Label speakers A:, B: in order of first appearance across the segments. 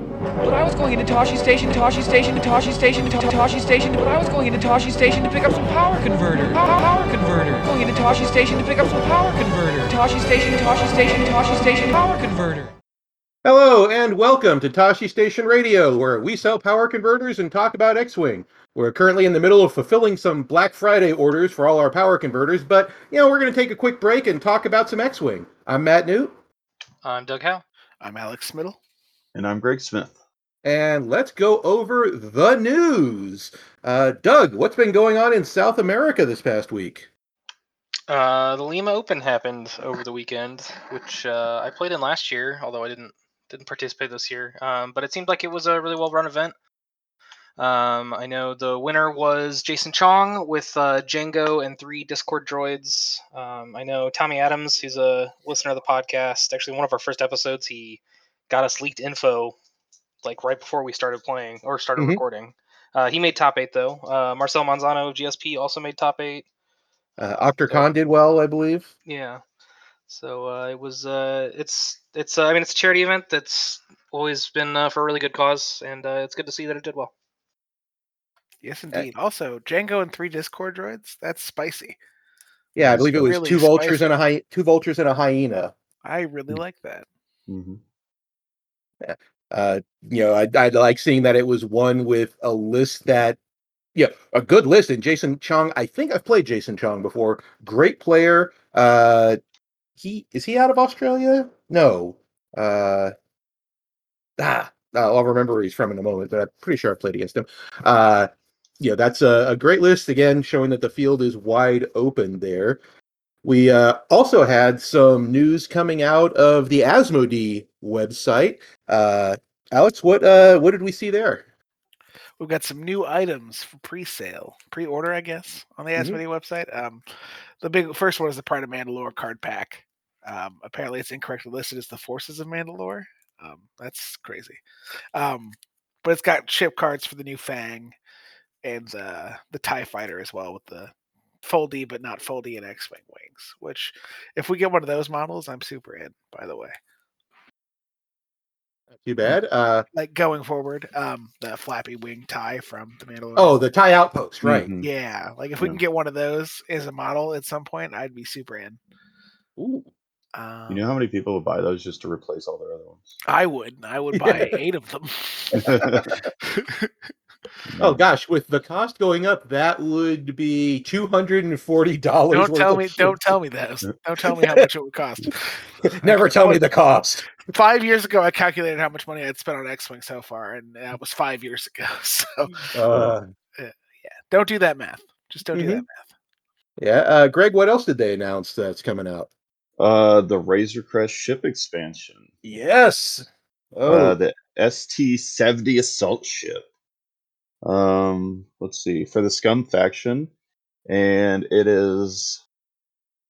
A: But I was going into Toshi Station, Toshi Station, Toshi Station, to- Toshi Station. But I was going into Toshi Station to pick up some power converter. Pow- Power converter. Going into Toshi Station to pick up some power converter. Toshi Station, Toshi Station, Toshi Station, power converter.
B: Hello and welcome to Tashi Station Radio, where we sell power converters and talk about X-Wing. We're currently in the middle of fulfilling some Black Friday orders for all our power converters, but you know, we're going to take a quick break and talk about some X-Wing. I'm Matt Newt,
C: I'm Doug Howe.
D: I'm Alex Smittle.
E: And I'm Greg Smith.
B: and let's go over the news. Uh, Doug, what's been going on in South America this past week?
C: Uh, the Lima Open happened over the weekend, which uh, I played in last year, although I didn't didn't participate this year. Um, but it seemed like it was a really well run event. Um, I know the winner was Jason Chong with uh, Django and three Discord droids. Um, I know Tommy Adams, who's a listener of the podcast, actually one of our first episodes, he got us leaked info like right before we started playing or started
B: Mhm.
C: recording. Uh, he made top eight though. Uh, Marcel Manzano of GSP also made top eight.
B: Uh, Octocon did well, I believe.
C: Yeah. So uh, it was. Uh, it's it's. Uh, I mean, it's a charity event that's always been uh, for a really good cause, and uh, it's good to see that it did well.
D: Yes, indeed. Also, Django and three Discord droids. That's spicy.
B: Yeah, I
D: That's
B: believe it was
D: really
B: two vultures
D: spicy.
B: and a hy- two vultures and a hyena.
D: I really
E: Mm.
D: like that.
E: hmm
B: uh you know I, I like seeing that it was one with a list that yeah a good list and jason chong i think i've played jason chong before great player uh he is he out of australia no uh ah i'll I'll remember where he's from in a moment but i'm pretty sure i played against him uh yeah that's a, a great list again showing that the field is wide open there we uh, also had some news coming out of the Asmodee website. Uh, Alex, what uh, what did we see there?
D: We've got some new items for pre-sale, pre-order, I guess, on the
B: Mhm.
D: Asmodee website. Um, the big first one is the Pride of Mandalore card pack. Um, apparently, it's incorrectly listed as the Forces of Mandalore. Um, that's crazy. Um, but it's got ship cards for the new Fang and uh, the Tie Fighter as well with the foldy but not foldy and X-wing wings. Which, if we get one of those models, I'm super in. By the way.
B: Too bad. Uh,
D: like going forward, um, the flappy wing tie from the Mandalorian.
B: oh, the tie outpost, right?
D: yeah, like if we
E: Yeah.
D: can get one of those as a model at some point, I'd be super in.
B: Ooh.
D: Um,
E: You know how many people would buy those just to replace all their other ones?
D: I would, I would buy eight of them.
B: Oh gosh, with the cost going up, that would be two hundred and forty dollars.
D: don't tell me, don't tell me those. Don't tell me how much it would cost.
B: Never tell me the cost.
D: Five years ago, I calculated how much money I'd spent on X-wing so far, and that was five years ago. So
B: Uh,
D: don't do that math. Just don't do that.
B: Mhm.
D: Math.
B: yeah, uh, Greg, what else did they announce that's coming out?
E: Uh, the Razor Crest ship expansion.
B: Yes. Oh,
E: Uh, the ST 70 assault ship. Um, let's see. For the Scum faction. And it is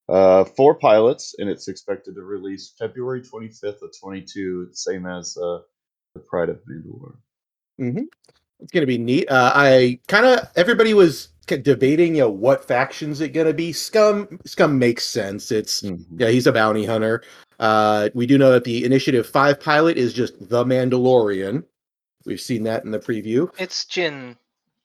E: uh, four pilots, and it's expected to release February 25th of 22, same as uh, the Pride of Mandalore.
B: mm-hmm. It's gonna be neat. Uh, I kind of everybody was k- debating, you know, what factions it gonna be. Scum, Scum makes sense. It's yeah, he's a bounty hunter. Uh, we do know that the Initiative Five pilot is just the Mandalorian. We've seen that in the preview.
C: It's Jin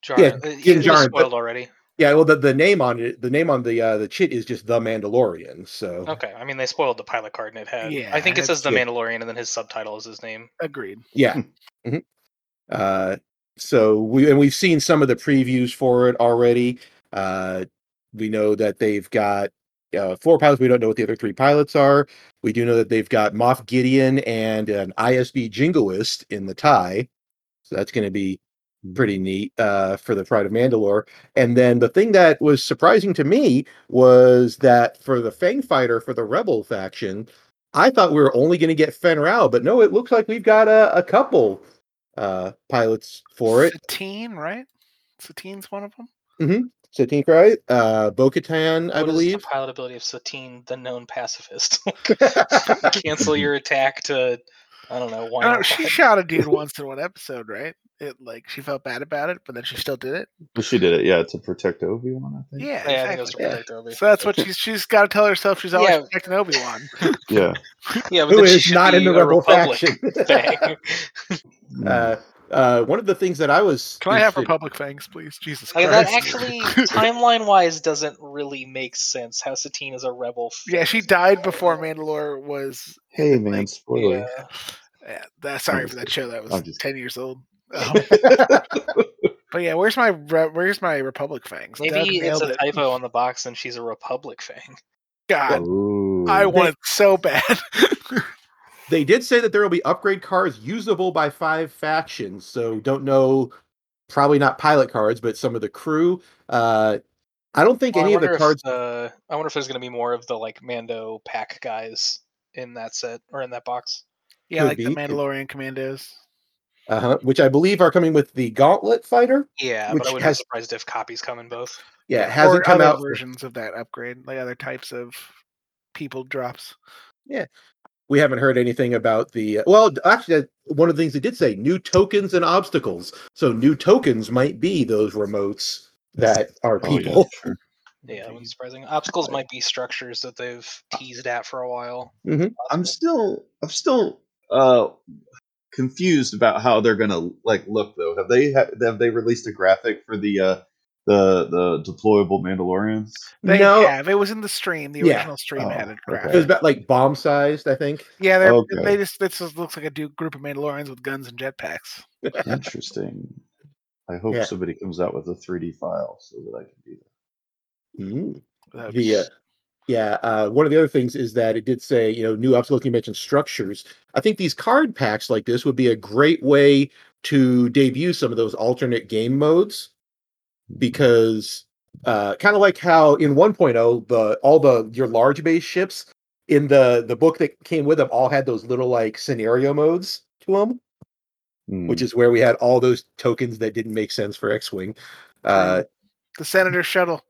C: Jar.
B: Yeah,
C: uh,
B: Jin
C: it was
B: Jarin, but-
C: spoiled already.
B: Yeah, well, the, the name on it, the name on the uh, the chit is just the Mandalorian. So
C: Okay, I mean they spoiled the pilot card and it had.
D: Yeah,
C: I think it says the
B: that's- yeah.
C: Mandalorian, and then his subtitle is his name.
D: Agreed.
B: yeah, Mhm. uh, so we and we've seen some of the previews for it already. Uh, we know that they've got uh, four pilots. We don't know what the other three pilots are. We do know that they've got Moff Gideon and an ISB jingoist in the tie. So that's going to be
C: Hmm.
B: pretty neat uh, for the Pride of Mandalore. And then the thing that was surprising to me was that for the Fang Fighter for the Rebel faction, I thought we were only going to get Fen Rao, but no, it looks like we've got a, a couple uh, pilots for it.
D: Satine, right? Satine's one of them.
B: Satine Cry, uh, Bo Katan, I
C: What is
B: believe.
C: the pilot ability of Satine, the known pacifist. Cancel your attack to. I don't know why.
D: Oh,
C: not?
D: she shot a dude once in one episode, right? It like she felt bad about it, but then she still did it.
E: But she did it, yeah, to protect Obi Wan, I think.
D: Yeah,
C: Mm, Yeah, I think it was to
D: exactly.
C: protect Obi.
D: So that's what she's she's got to tell herself. She's always
C: Yeah.
D: protecting Obi Wan.
E: Yeah.
C: Yeah, but
B: Who
C: then she
B: is
C: should
B: not in the
C: be a
B: Rebel
C: Republic
B: faction?
C: thing.
B: Uh, uh, one of the things that I was
D: Can I have
B: interested-
D: Republic Fangs, please? Jesus
C: Like,
D: Christ.
C: that actually, timeline wise, doesn't really make sense. How Satine is a rebel. f-
D: yeah, she died before Mandalore was.
E: hey man,
D: like,
E: spoiler.
C: Yeah.
D: Yeah, that, sorry for that show. That was
E: I'm just-
D: ten years old. Um, but yeah, where's my re- where's my Republic Fangs? Doug
C: Maybe it's
D: nailed
C: a
D: it.
C: typo on the box, and she's a Republic Fang.
D: God,
E: Ooh.
D: I want it so bad.
B: They did say that there will be upgrade cards usable by five factions, so don't know. Probably not pilot cards, but some of the crew. Uh, I don't think
C: Well, I
B: any of
C: wonder
B: the
C: if
B: cards.
C: the- I wonder if there's going to be more of the like Mando pack guys in that set or in that box.
D: yeah,
B: Could
D: like the
B: be.
D: Mandalorian Commandos.
B: uh which I believe are coming with the Gauntlet Fighter.
C: Yeah,
B: Which
C: but I wouldn't
B: has-
C: be surprised if copies come in both.
B: Yeah, it hasn't
D: or
B: come
D: other
B: out.
D: versions of that upgrade, like other types of people drops.
B: We haven't heard anything about the. uh, Well, actually, one of the things they did say new tokens and obstacles. So new tokens might be those remotes that are
E: Oh, yeah,
B: people.
E: sure.
C: Yeah, that wouldn't be surprising. Obstacles
B: Right.
C: might be structures that they've
B: Uh.
C: teased at for a while.
B: Mhm.
E: I'm still I'm still uh confused about how they're gonna like look though. Have they have, have they released a graphic for the uh the the deployable Mandalorians?
D: They
B: no,
D: have. It was in the stream. The
B: Yeah.
D: original stream
E: Oh,
D: had a
E: okay.
D: graphic.
B: it was about like bomb sized. I think.
D: Yeah, they're,
E: Okay.
D: they just this just looks like a dude, group of Mandalorians with guns and jetpacks.
E: Interesting. I hope
B: Yeah.
E: somebody comes out with a 3D file so that I can do that.
B: Mhm.
D: That would be-
B: the uh, yeah uh, one of the other things is that it did say you know new obstacle you mentioned structures i think these card packs like this would be a great way to debut some of those alternate game modes because uh, kind of like how in 1.0 the all the your large base ships in the the book that came with them all had those little like scenario modes to them
E: Mm.
B: which is where we had all those tokens that didn't make sense for x-wing uh,
D: the senator shuttle.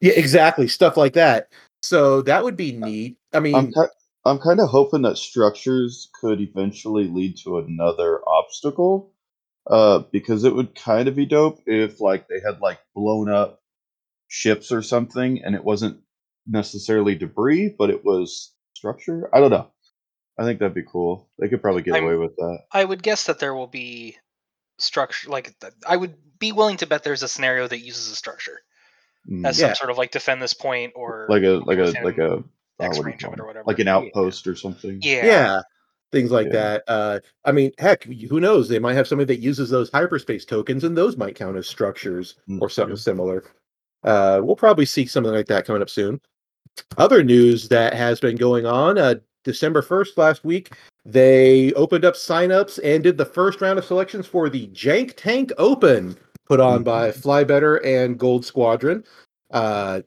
B: yeah, exactly. Stuff like that. So that would be neat. I mean,
E: I'm ki- I'm kind of hoping that structures could eventually lead to another obstacle, uh, because it would kind of be dope if like they had like blown up ships or something, and it wasn't necessarily debris, but it was structure. I don't know. I think that'd be cool. They could probably get
C: I'm-
E: away with that.
C: I would guess that there will be structure. Like th- I would be willing to bet there's a scenario that uses a structure
E: Mm.
C: as
B: Hmm, Yeah.
C: some sort of like defend this point or
E: like a like a
C: within
E: like a oh,
C: X
E: what do you
C: range of
E: call
C: it or
E: it?
C: whatever.
E: like an
C: Yeah.
E: outpost or something.
C: Yeah.
B: yeah. things like
E: Yeah.
B: that. Uh, I mean, heck, who knows? They might have somebody that uses those hyperspace tokens, and those might count as structures
E: Mm,
B: or something
E: yeah.
B: similar. Uh, we'll probably see something like that coming up soon. Other news that has been going on uh, December 1st last week, they opened up signups and did the first round of selections for the Jank Tank Open, put on by Fly Better and Gold Squadron. Uh,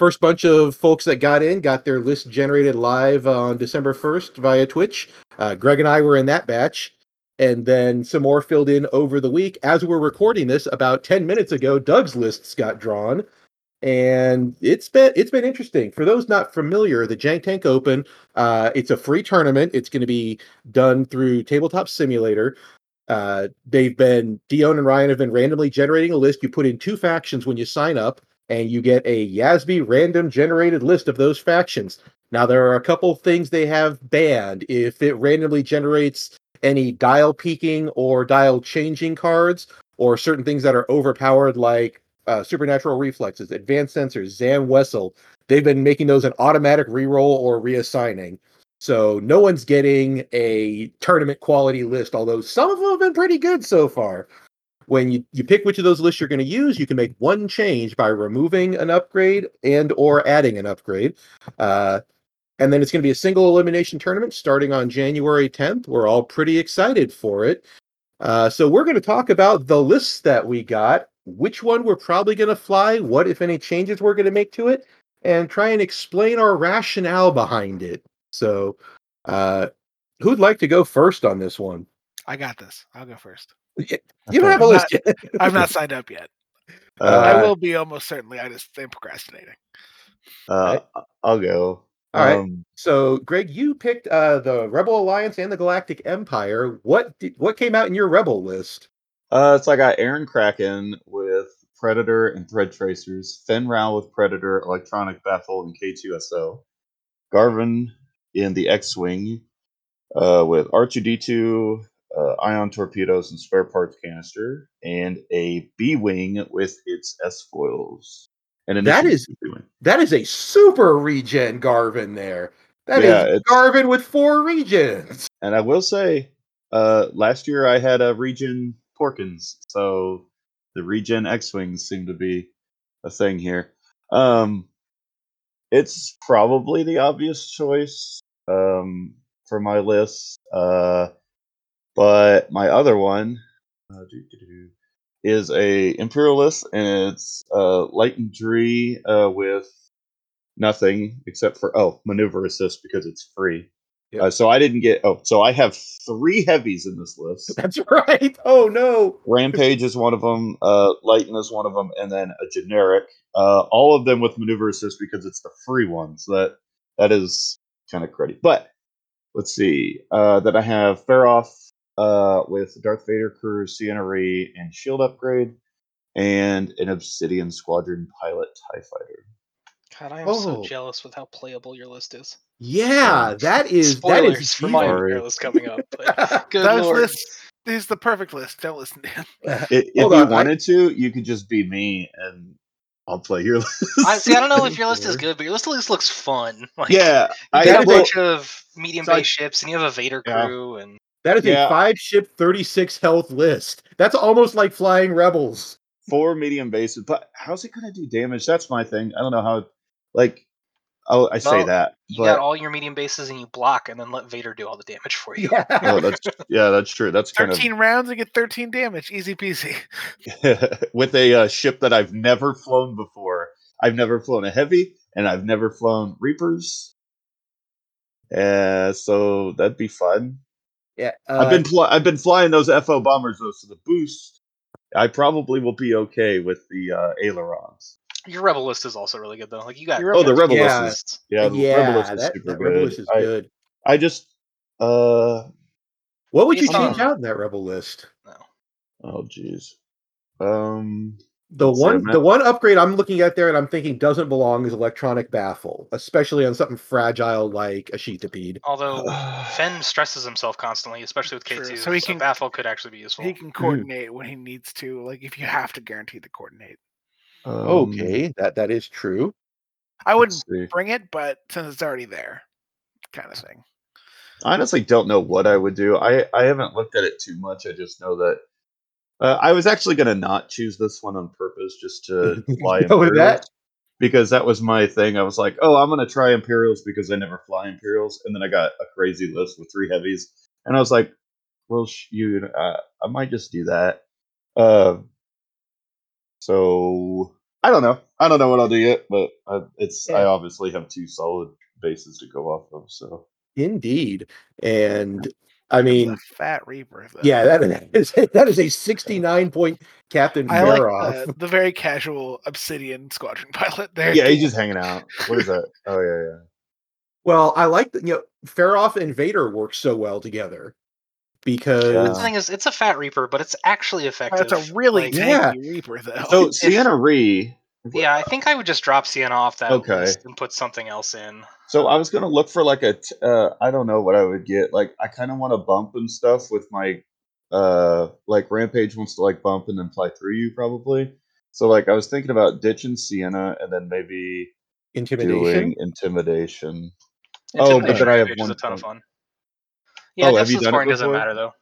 B: first bunch of folks that got in got their list generated live on December 1st via Twitch. Uh, Greg and I were in that batch. And then some more filled in over the week. As we're recording this, about 10 minutes ago, Doug's lists got drawn and it's been it's been interesting for those not familiar the jank tank open uh it's a free tournament it's going to be done through tabletop simulator uh they've been dion and ryan have been randomly generating a list you put in two factions when you sign up and you get a yasby random generated list of those factions now there are a couple things they have banned if it randomly generates any dial peaking or dial changing cards or certain things that are overpowered like uh, supernatural reflexes, advanced sensors, Zam Wessel. They've been making those an automatic reroll or reassigning. So no one's getting a tournament quality list, although some of them have been pretty good so far. When you, you pick which of those lists you're going to use, you can make one change by removing an upgrade and or adding an upgrade. Uh, and then it's going to be a single elimination tournament starting on January 10th. We're all pretty excited for it. Uh, so we're going to talk about the lists that we got, which one we're probably going to fly, what if any changes we're going to make to it, and try and explain our rationale behind it. So, uh, who'd like to go first on this one?
D: I got this. I'll go first.
B: You don't have a list yet.
D: I'm not signed up yet.
E: Uh,
D: I
B: Uh,
D: will be almost certainly. I just am procrastinating.
E: uh, I'll go.
B: All right.
E: Um,
B: So, Greg, you picked uh, the Rebel Alliance and the Galactic Empire. What did, what came out in your Rebel list?
E: Uh, so I got Aaron Kraken with Predator and Thread Tracers, Fen Rao with Predator, Electronic Battle, and K2SO, Garvin in the X Wing uh, with R2D2, uh, ion torpedoes and spare parts canister, and a B wing with its S foils. And
B: That
E: initially-
B: is- That is a super regen Garvin there. That is
E: Yeah, it's-
B: Garvin with four regions.
E: And I will say, uh, last year I had a Regen Porkins, so the Regen X Wings seem to be a thing here. Um, it's probably the obvious choice um, for my list, uh, but my other one uh, doo-doo-doo, is a Imperialist, and it's uh, Light and Dree uh, with nothing except for oh maneuver assist because it's free.
B: Yep.
E: Uh, so I didn't get oh so I have three heavies in this list.
B: That's right. Oh no.
E: Rampage is one of them. Uh, Lightning is one of them, and then a generic. Uh, all of them with maneuver assist because it's the free one. So that that is kind of cruddy. But let's see. Uh, that I have Faroff uh, with Darth Vader crew, CNRE, and shield upgrade, and an Obsidian Squadron pilot Tie Fighter.
C: God, I am so
B: Oh.
C: jealous with how playable your list is.
B: Yeah,
E: Um,
B: that is
C: Spoilers
B: that is
C: for my
E: evil.
C: Imperial list coming up. But
B: deep.
C: good
D: Those
C: lord.
D: lists- This is the perfect list. Don't listen to him.
E: If, if
B: Hold
E: you
B: on, I-
E: wanted to, you could just be me, and I'll play your list.
C: I see. I don't know if your list is
B: Sure.
C: good, but your list at least looks fun. Like,
E: yeah,
C: you
E: I
C: got
B: that
C: a
E: well,
C: bunch of medium
E: so I-
C: based ships, and you have a Vader
E: Yeah.
C: crew, and
B: that is
E: Yeah.
B: a five ship thirty six health list. That's almost like flying rebels.
E: four medium bases, but how's it gonna do damage? That's my thing. I don't know how. Like, I'll, I say
C: Well,
E: that,
C: you
E: but
C: got all your medium bases, and you block, and then let Vader do all the damage for you.
B: Yeah.
E: oh, that's yeah, that's true. That's kind
D: Thirteen rounds and get thirteen damage. Easy peasy.
E: of with a uh, ship that I've never flown before. I've never flown a heavy, and I've never flown reapers. Uh, so that'd be fun.
B: Yeah,
E: I've
B: uh,
E: been fly I've been flying those FO bombers though, so the boost. I probably will be okay with the uh, ailerons.
C: Your rebel list is also really good, though. Like you got
E: Oh, the rebel
B: Yeah.
E: list is yeah, the
B: uh, yeah,
E: rebel list is
B: that,
E: super
B: that
E: good.
B: rebel list is
E: I,
B: good.
E: I just uh
B: What would you
C: Based
B: change
C: on-
B: out in that rebel list?
E: oh jeez. Um
B: The
E: Let's see, I'm
B: one,
E: not-
B: the one upgrade I'm looking at there, and I'm thinking doesn't belong is electronic baffle, especially on something fragile like a sheetipede.
C: Although Fenn stresses himself constantly, especially with K
D: True,
C: two,
D: so
C: so,
D: he can-
C: Baffle could actually be useful.
D: He
B: Oh,
D: can coordinate when he needs to. Like if you have to guarantee the coordinate.
E: um,
B: Okay, that that is true.
D: I
E: let's
D: wouldn't
E: see.
D: bring it, but since it's already there, kind of thing.
E: I honestly don't know what I would do. I I haven't looked at it too much. I just know that uh, I was actually going to not choose this one on purpose just to fly
B: Go with that.
E: Imperials because that was my thing. I was like, oh, I'm going to try Imperials because I never fly Imperials, and then I got a crazy list with three heavies, and I was like, well, sh- you, uh, I might just do that. Uh, so I don't know. I don't know what I'll do yet, but I, it's I
B: Yeah.
E: obviously have two solid bases to go off of. So
B: Indeed, and I
D: That's
B: mean,
D: a fat reaper. Though.
B: yeah, that is that is a 69 point Captain
D: I like
B: Farah.
D: the, the very casual obsidian squadron pilot there.
E: yeah, he's just hanging out. What is that? Oh yeah, yeah.
B: Well, I like that. You know, Faroff and Vader work so well together because
C: The thing is, it's a Fat Reaper, but it's actually effective.
D: That's a really
C: Like,
B: Yeah.
D: tanky reaper though.
E: So
C: If-
E: Sienna Ree.
C: yeah, I think I would just drop Sienna off that
E: Okay.
C: list and put something else in.
E: So I was gonna look for like a. T- uh, I don't know what I would get. Like I kind of want to bump and stuff with my. Uh, like Rampage wants to like bump and then fly through you probably. So like I was thinking about ditching Sienna and then maybe
B: intimidation.
E: doing intimidation. Oh, but
C: Intimidation
E: then I have
C: Rampage is
E: one
C: a ton of
E: point.
C: fun. Yeah,
E: Oh, have you
C: deficit
E: done it
C: scoring doesn't
E: before?
C: matter though.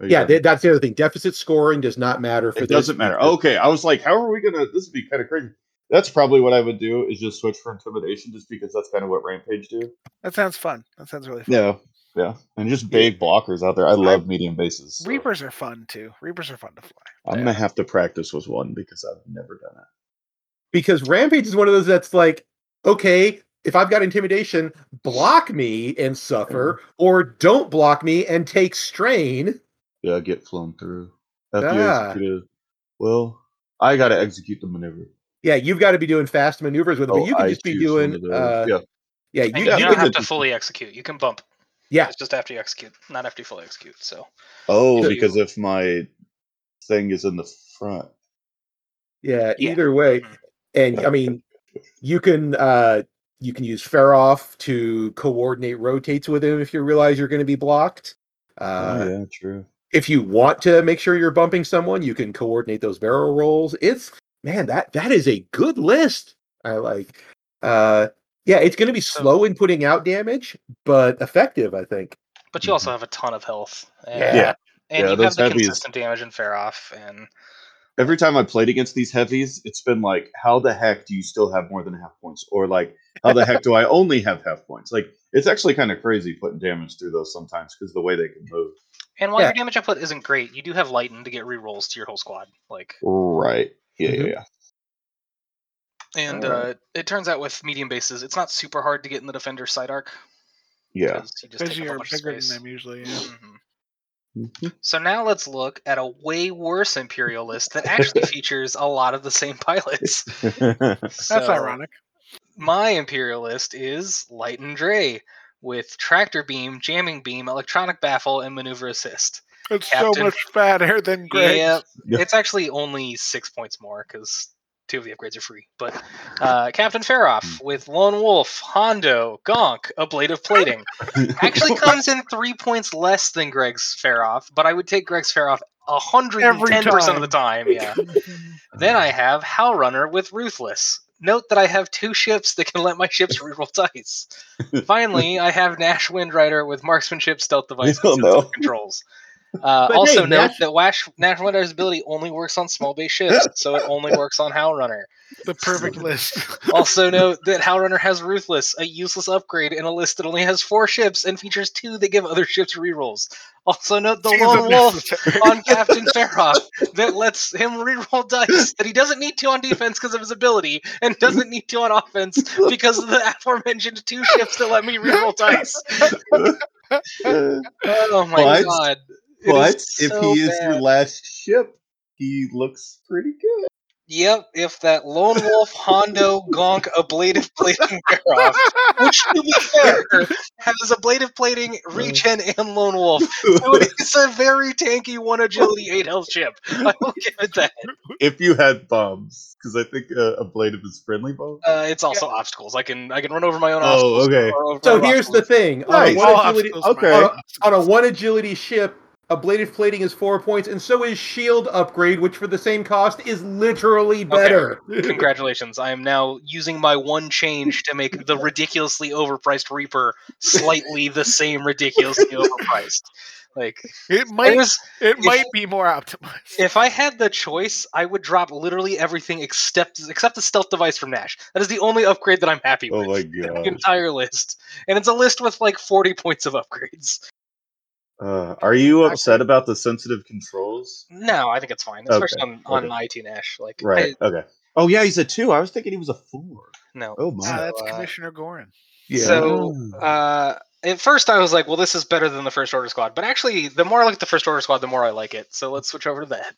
E: Maybe
B: Yeah,
E: that-
B: th- that's the other thing. Deficit scoring does not matter for
E: it
B: this
E: doesn't matter. Oh
B: because-
E: Okay, I was like, how are we gonna? This would be kind of crazy. That's probably what I would do is just switch for intimidation, just because that's kind of what rampage do.
D: That sounds fun. That sounds really fun.
E: Yeah, yeah, and just big blockers out there. I love medium bases. so
D: Reapers are fun too. Reapers are fun to fly.
E: I'm gonna have to practice with one because I've never done it.
B: because Rampage is one of those that's like, okay, if I've got intimidation, block me
E: Mm-hmm.
B: and suffer, or don't block me and take strain.
E: Yeah, I get flown through. After you
B: Ah.
E: execute a- well, I gotta execute the maneuver.
B: Yeah, you've got to be doing fast maneuvers with it, but you can
E: Oh, I
B: just be
E: choose one
B: doing.
E: of those.
B: Uh,
E: yeah,
B: yeah,
C: And
B: you,
C: you,
E: yeah,
B: you
C: don't
E: think
B: can
C: have
E: that-
C: to fully execute. You can bump.
B: Yeah.
C: It's just after you execute, not after you fully execute. So
E: Oh,
C: So
E: because
C: you-
E: if my thing is in the front.
B: Yeah,
D: Yeah.
B: either way.
C: Mhm.
B: And I mean, you can uh you can use Faroff to coordinate rotates with him if you realize you're going to be blocked. Uh
E: oh yeah, true.
B: if you want to make sure you're bumping someone, you can coordinate those barrel rolls. It's man, that that is a good list. I like. Uh yeah, it's going to be
C: So-
B: slow in putting out damage, but effective, I think.
C: But you also have a ton of health. And,
E: Mm-hmm. Yeah.
C: And
E: Yeah,
C: you have
E: those
C: the
E: heavies.
C: consistent damage in fair off and
E: Every time I played against these heavies, it's been like, how the heck do you still have more than half points? Or like, how the heck do I only have half points? Like, it's actually kind of crazy putting damage through those sometimes because the way they can move.
C: and while
B: Yeah.
C: your damage output isn't great, you do have lighten to get rerolls to your whole squad. Like
E: Right. Yeah,
B: Mhm.
E: yeah, yeah.
C: and uh,
E: Alright.
C: it turns out with medium bases, it's not super hard to get in the defender's side arc. 'cause
E: Yeah.
C: You just
D: Because
C: take up a
D: you're
C: bunch of
D: bigger than
C: space.
D: them usually. Yeah.
C: Mhm.
E: Mhm.
C: So now let's look at a way worse Imperial list that actually features a lot of the same pilots. Mm-hmm.
D: That's
C: So,
D: ironic.
C: My Imperial list is Light and Dre with Tractor Beam, Jamming Beam, Electronic Baffle, and Maneuver Assist.
D: It's so
C: Captain-
D: much fatter than Greg.
C: Yeah,
E: Yeah.
C: it's actually only six points more because two of the upgrades are free. But uh, Captain
E: Hmm.
C: Faroff with Lone Wolf, Hondo, Gonk, a Blade of Plating actually comes in three points less than Greg's Faroff, but I would take Greg's Faroff
D: Every
C: 110% of the time. Yeah. Then I have Hal Runner with Ruthless. Note that I have two ships that can let my ships reroll dice. Finally, I have Nash Windrider with Marksmanship, Stealth Device, and
E: Oh,
C: Sensible
E: no.
C: Controls. Uh,
B: But
C: also
B: hey,
C: note
B: Nash-
C: that Wash, Nash Windrider's ability only works on small base ships, so it only works on Hal Runner.
D: The perfect list.
C: Also note that Hal Runner has Ruthless, a useless upgrade in a list that only has four ships and features two that give other ships rerolls. Also note the
D: Seems
C: Lone Wolf
D: unnecessary.
C: on Captain Farah that lets him reroll dice that he doesn't need to on defense because of his ability and doesn't need to on offense because of the aforementioned two ships that let me reroll dice. Oh my
E: But-
C: god. It is
E: Uh, but if
C: so
E: he is your
C: bad.
E: last ship, he looks pretty good.
C: Yep, if that lone wolf Hondo gonk a blade of plating Farah, which to be fair has a blade of plating, regen, and lone wolf. So it is a very tanky one agility eight health ship. I will give it that.
E: if you had bombs, because I think uh, a blade of his friendly bomb.
C: Uh, it's also obstacles. I can I can run over my own
E: Oh,
C: obstacles.
E: okay.
C: or over
B: So
C: other
B: here's the
C: obstacles.
B: thing. On a
E: Nice.
B: one
D: All
B: agility
D: obstacles,
E: okay.
D: man.
B: on a, on a one agility ship, a bladed plating is four points, and so is shield upgrade, which for the same cost is literally better.
C: Congratulations! I am now using my one change to make the ridiculously overpriced Reaper slightly the same ridiculously overpriced. Like
D: It might
C: there's,
D: it might be more optimized.
C: if I had the choice, I would drop literally everything except except the stealth device from Nash. That is the only upgrade that I'm happy
E: Oh
C: with.
E: my
C: The
E: god.
C: entire list, and it's a list with like 40 points of upgrades.
E: Uh, are you upset about the sensitive controls?
C: No, I think it's fine,
E: Okay,
C: especially on, on
E: okay.
C: IT Nash. Like I-
E: Right. Okay. Oh yeah, he's a two. I was thinking he was a four.
C: no.
E: Oh
D: Ah,
E: my.
D: that's
C: So, uh,
D: Commissioner Gorin.
B: Yeah.
C: So
E: Ah.
C: uh, at first I was like, well, this is better than the First Order Squad. But actually, the more I look at the First Order Squad, the more I like it. So let's switch over to that.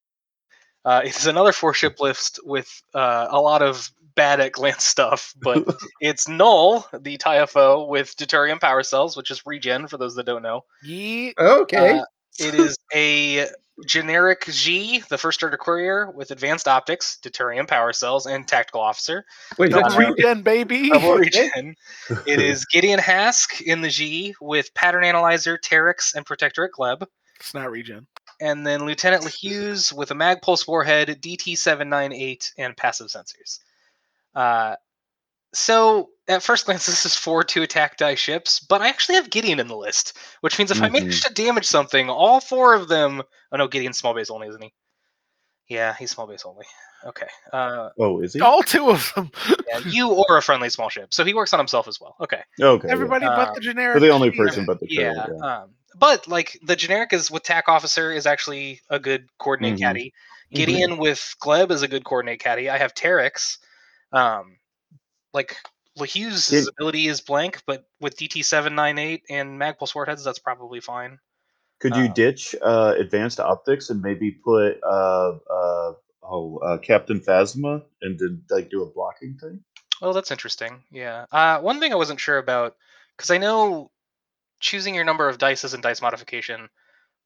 C: Uh, it's another four ship list with uh, a lot of bad at glance stuff, but it's Null, the TIFO, with Deuterium Power Cells, which is regen for those that don't know.
D: Yeet.
B: Okay.
C: Uh, it is a generic G, the First Order Courier, with advanced optics, Deuterium Power Cells, and Tactical Officer.
B: Wait,
D: Double
B: that's
C: uh,
B: re-
D: regen, baby.
C: Double
B: Okay.
C: regen. It is Gideon Hask in the G with Pattern Analyzer, Terex, and Protectorate Gleb.
D: It's not regen.
C: And then Lieutenant LeHues with a Mag Pulse Warhead, DT798, and passive sensors. Uh, so, at first glance, this is four two attack die ships, but I actually have Gideon in the list, which means if I
E: Mhm.
C: manage to damage something, all four of them. Oh no, Gideon's small base only, isn't he? Yeah, he's small base only. Okay. Uh,
E: oh, is he?
D: All two of them.
C: yeah, you or a friendly small ship. So he works on himself as well. Okay.
E: Okay. yeah.
D: Everybody
B: Ah.
D: but the generic.
E: You're the only
D: G.
E: person but the
C: yeah,
E: courier,
C: Um, but like the generic is with tac officer is actually a good coordinate
E: Mhm.
C: caddy gideon with gleb is a good coordinate caddy i have terex um like LeHugh's
E: Did-
C: ability is blank but with dt798 and magpulse warheads that's probably fine
E: Could you
C: Uh,
E: ditch uh, advanced optics and maybe put uh, uh, oh uh, Captain Phasma and then like do a blocking thing?
C: oh that's interesting yeah uh one thing i wasn't sure about because i know choosing your number of dice isn't dice modification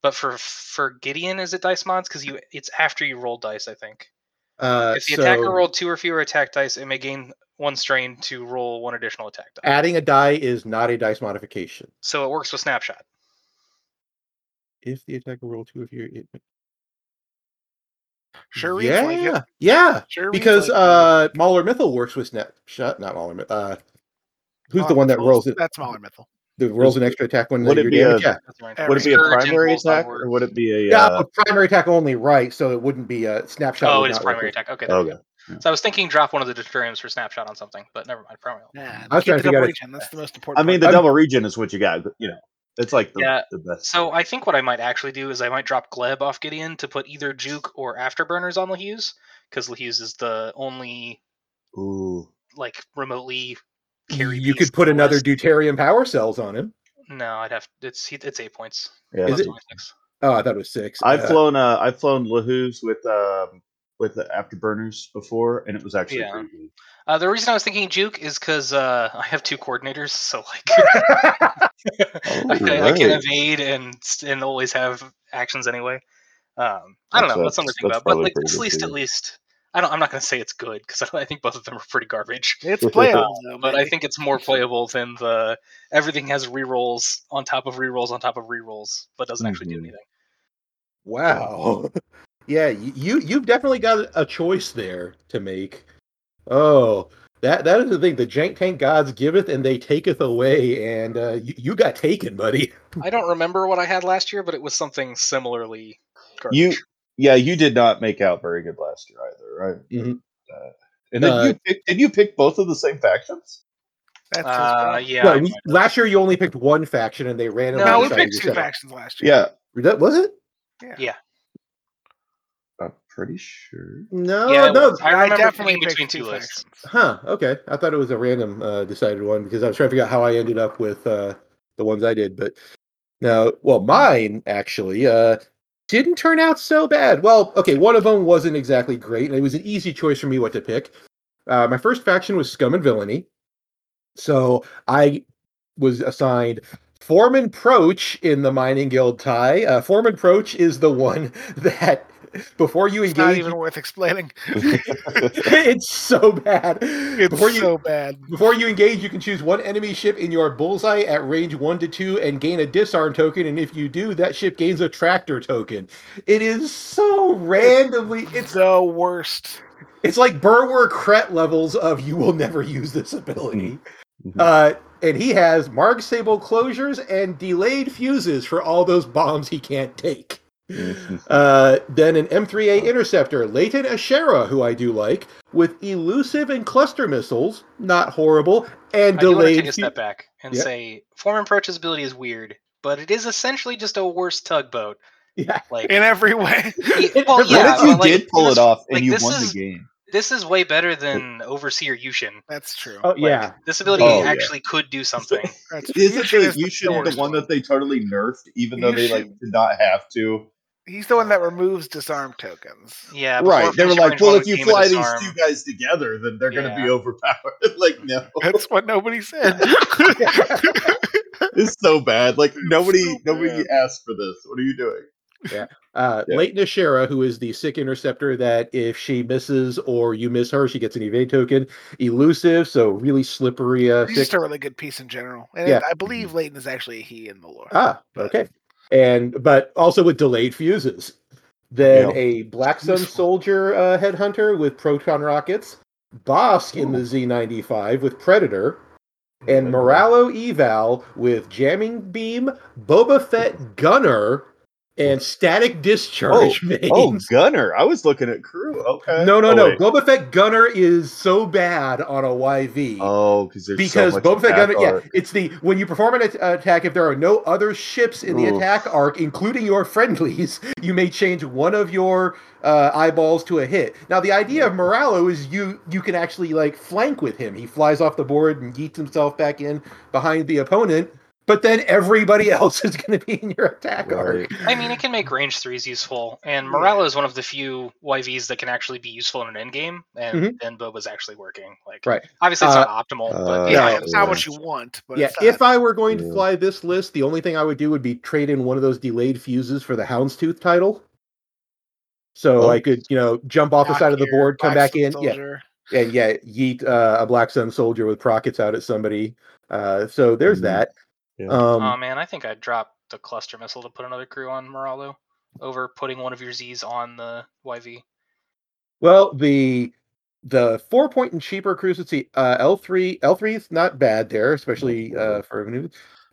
C: but for for gideon is it dice mods because you it's after you roll dice i think
B: uh,
C: If the attacker
B: so
C: rolled two or fewer attack dice, it may gain one strain to roll one additional attack die.
B: adding a die is not a dice modification.
C: So it works with snapshot.
B: if the attacker roll two of your. It...
D: Sure reads
B: yeah,
D: like it.
B: yeah.
D: Sure reads
B: Because
D: like it.
B: uh, Mahler Mythil works with Snapshot, not Mahler. Myth- Uh, who's the
D: Mahler
B: one that
D: Mythil.
B: rolls it?
D: That's Mahler Mythil.
B: That rolls an extra attack when
E: Would
B: uh,
E: it
B: your
E: be a-
B: damage. yeah.
C: Right.
E: Would it be a
C: Scourge and
E: primary
C: Bullseye
E: attack
C: work.
E: or would it be a?
B: Yeah,
E: Uh,
B: but primary attack only, right? So it wouldn't be a snapshot.
C: Oh,
B: would
C: it is
B: not work
C: primary
B: with-
C: attack. Okay. there we
E: okay.
C: go. So I was thinking drop one of the deterrents for snapshot on something, but never mind. Primary.
D: Yeah,
B: I was
D: keep
B: trying to
D: the
B: figure
D: double
B: out-
D: region. That's the most important.
E: I mean, the
D: part.
E: double region is what you got. but, You know, it's like the,
C: Yeah.
E: the best.
C: So I think what I might actually do is I might drop Gleb off Gideon to put either Juke or Afterburners on Lahuse, because Lahuse is the only
E: Ooh.
C: like remotely carry.
B: You
C: piece
B: could put
C: on the
B: another
C: list.
B: deuterium power cells on him.
C: No, I'd have it's he- it's eight points.
E: Yeah.
B: Is
C: plus
B: it-
C: 26.
B: Oh, I thought it was six.
E: I've
B: Uh,
E: flown uh I've flown Lahoos with um with the afterburners before and it was actually
C: Yeah.
E: pretty good.
C: Uh, the reason I was thinking Juke is because uh, I have two coordinators, so like I, can- I can
E: right.
C: evade and s- and always have actions anyway. Um, I don't
E: That's-
C: know. That's something to think
E: that's- that's
C: about. But
E: probably
C: like
E: pretty
C: this
E: good
C: least,
E: too.
C: at least, I don't. I'm not going to say it's good because I think both of them are pretty garbage.
D: it's playable, though,
B: uh,
C: But I
D: maybe.
C: think it's more playable than the everything has rerolls on top of rerolls on top of rerolls, but doesn't actually do
E: Mhm.
C: anything.
B: wow. Yeah, you you- you've definitely got a choice there to make. Oh, that that is the thing. The jank tank gods giveth and they taketh away, and uh, you, you got taken, buddy.
C: I don't remember what I had last year, but it was something similarly garbage.
E: You yeah, you did not make out very good last year either, right?
B: Mhm.
E: Uh, and then
B: Uh,
E: you pick, did you pick both of the same factions?
D: That's his
C: uh,
D: problem.
C: yeah. I
B: Well,
C: might
B: we- last year you only picked one faction, and they randomly
C: No,
D: No, we
B: decided
C: sorry,
D: picked
B: to
D: two
B: set up-
D: factions last year.
E: Yeah,
B: That- Was it?
E: I'm pretty sure.
B: No,
C: Yeah, it
B: no,
C: was. I
D: I,
C: remember
D: definitely
C: picking between
D: picked
C: two
D: two
C: lists.
D: factions.
B: Huh. Okay. I thought it was a random uh, decided one because I was trying to figure out how I ended up with uh, the ones I did. But now, well, mine actually uh, didn't turn out so bad. Well, okay, one of them wasn't exactly great, and it was an easy choice for me what to pick. Uh, my first faction was Scum and Villainy, so I was assigned Foreman Proach in the Mining Guild tie. Uh, Foreman Proach is the one that before you
D: It's not
B: engage,
D: even worth explaining.
B: it's so bad.
D: It's
B: before you
D: so bad.
B: before you engage, you can choose one enemy ship in your bullseye at range 1 to 2 and gain a disarm token. And if you do, that ship gains a tractor token. It is so randomly. It's
D: the worst.
B: it's like Berwer Kret levels of you will never use this ability. Uh, and he has Marg Sable closures and delayed fuses for all those bombs he can't take.
E: Mm-hmm.
B: Uh, then an M3A interceptor, Leighton Ashera, who I do like, with elusive and cluster missiles, not horrible, and
C: I do want to
B: delayed.
C: take a
B: fu-
C: step back and
B: Yeah.
C: say Foreman Proach's ability is weird, but it is essentially just a worse tugboat.
B: Yeah.
C: Like,
D: in every way.
C: he- well,
E: what
C: yeah,
E: if you
C: but, like,
E: did pull
C: this-
E: it off and
C: like,
E: you
C: this
E: won
C: is-
E: the game?
C: This is way better than Overseer Yushin.
D: That's true.
B: Oh
C: Like,
B: yeah.
C: This ability
E: Oh, yeah.
C: actually could do something.
D: That's true.
E: Isn't
D: Yushin
E: the,
D: is
E: you should the
D: worst
E: one that they totally nerfed, even though they like
D: Yushin-
E: did not have to?
D: He's the one that removes disarm tokens.
C: Yeah, before
E: Right? They were
C: Finish
E: like,
C: Range
E: "Well,
C: One
E: if you
C: became a
E: fly these
C: disarm,
E: two guys together, then they're going to be
C: Yeah.
E: overpowered." like, no,
D: That's what nobody said.
E: it's so bad. Like nobody,
D: so
E: nobody
D: bad.
E: asked for this. What are you doing?
B: Uh,
E: Yeah.
B: Leighton Ashera, who is the sick interceptor, that if she misses or you miss her, she gets an evade token. Elusive, so really slippery. Uh,
D: He's
B: sick.
D: just a really good piece in general. And
B: Yeah.
D: I believe Leighton is actually a he in the lore.
B: Ah,
D: But-
B: okay. And but also with delayed fuses. Then
E: Yeah.
B: a Black Sun
D: Useful.
B: soldier uh, headhunter with proton rockets, Bosk in the
E: Ooh.
B: Z95 with Predator, and Morallo Eval with jamming beam, Boba Fett gunner, and static discharge.
E: Oh,
B: mains.
E: Gunner! I was looking at crew. Okay.
B: no, no,
E: Oh,
B: no!
E: wait.
B: Boba Fett gunner is so bad on a YV.
E: Oh, because there's
B: because
E: so much
B: Boba Fett
E: attack
B: Gunner, yeah,
E: art.
B: it's the when you perform an at- uh, attack, if there are no other ships in the
E: Oof.
B: attack arc, including your friendlies, you may change one of your uh, eyeballs to a hit. Now, the idea of Morallo is you you can actually like flank with him. He flies off the board and yeets himself back in behind the opponent, but then everybody else is going to be in your attack arc.
E: Right.
C: I mean, it can make range threes useful, and Morale is one of the few YVs that can actually be useful in an end game, and
B: Mhm.
C: then Boba's actually working. Like,
B: Right.
C: obviously, it's
B: Uh,
C: not optimal,
E: Mm-hmm. uh,
C: but
B: No.
C: yeah,
D: yeah, it's not what
E: yeah.
D: you want, but
B: yeah,
D: it's not-
B: if I were going to
E: Yeah.
B: fly this list, the only thing I would do would be trade in one of those delayed fuses for the Houndstooth title. So
E: Oh.
B: I could, you know, jump off the side of the
D: Dockyard,
B: board, come
D: Black
B: back in,
D: Sun
B: yeah,
D: Soldier.
B: yeah, yeah, yeet uh, a Black Sun soldier with rockets out at somebody. Uh, so there's
E: Mhm.
B: that.
E: Yeah.
B: Um,
C: oh man, I think I dropped the cluster missile to put another crew on Morallo over putting one of your Z's on the YV.
B: Well, the the four point and cheaper cruise. Let's see, uh, L three L three is not bad there, especially uh, for revenue.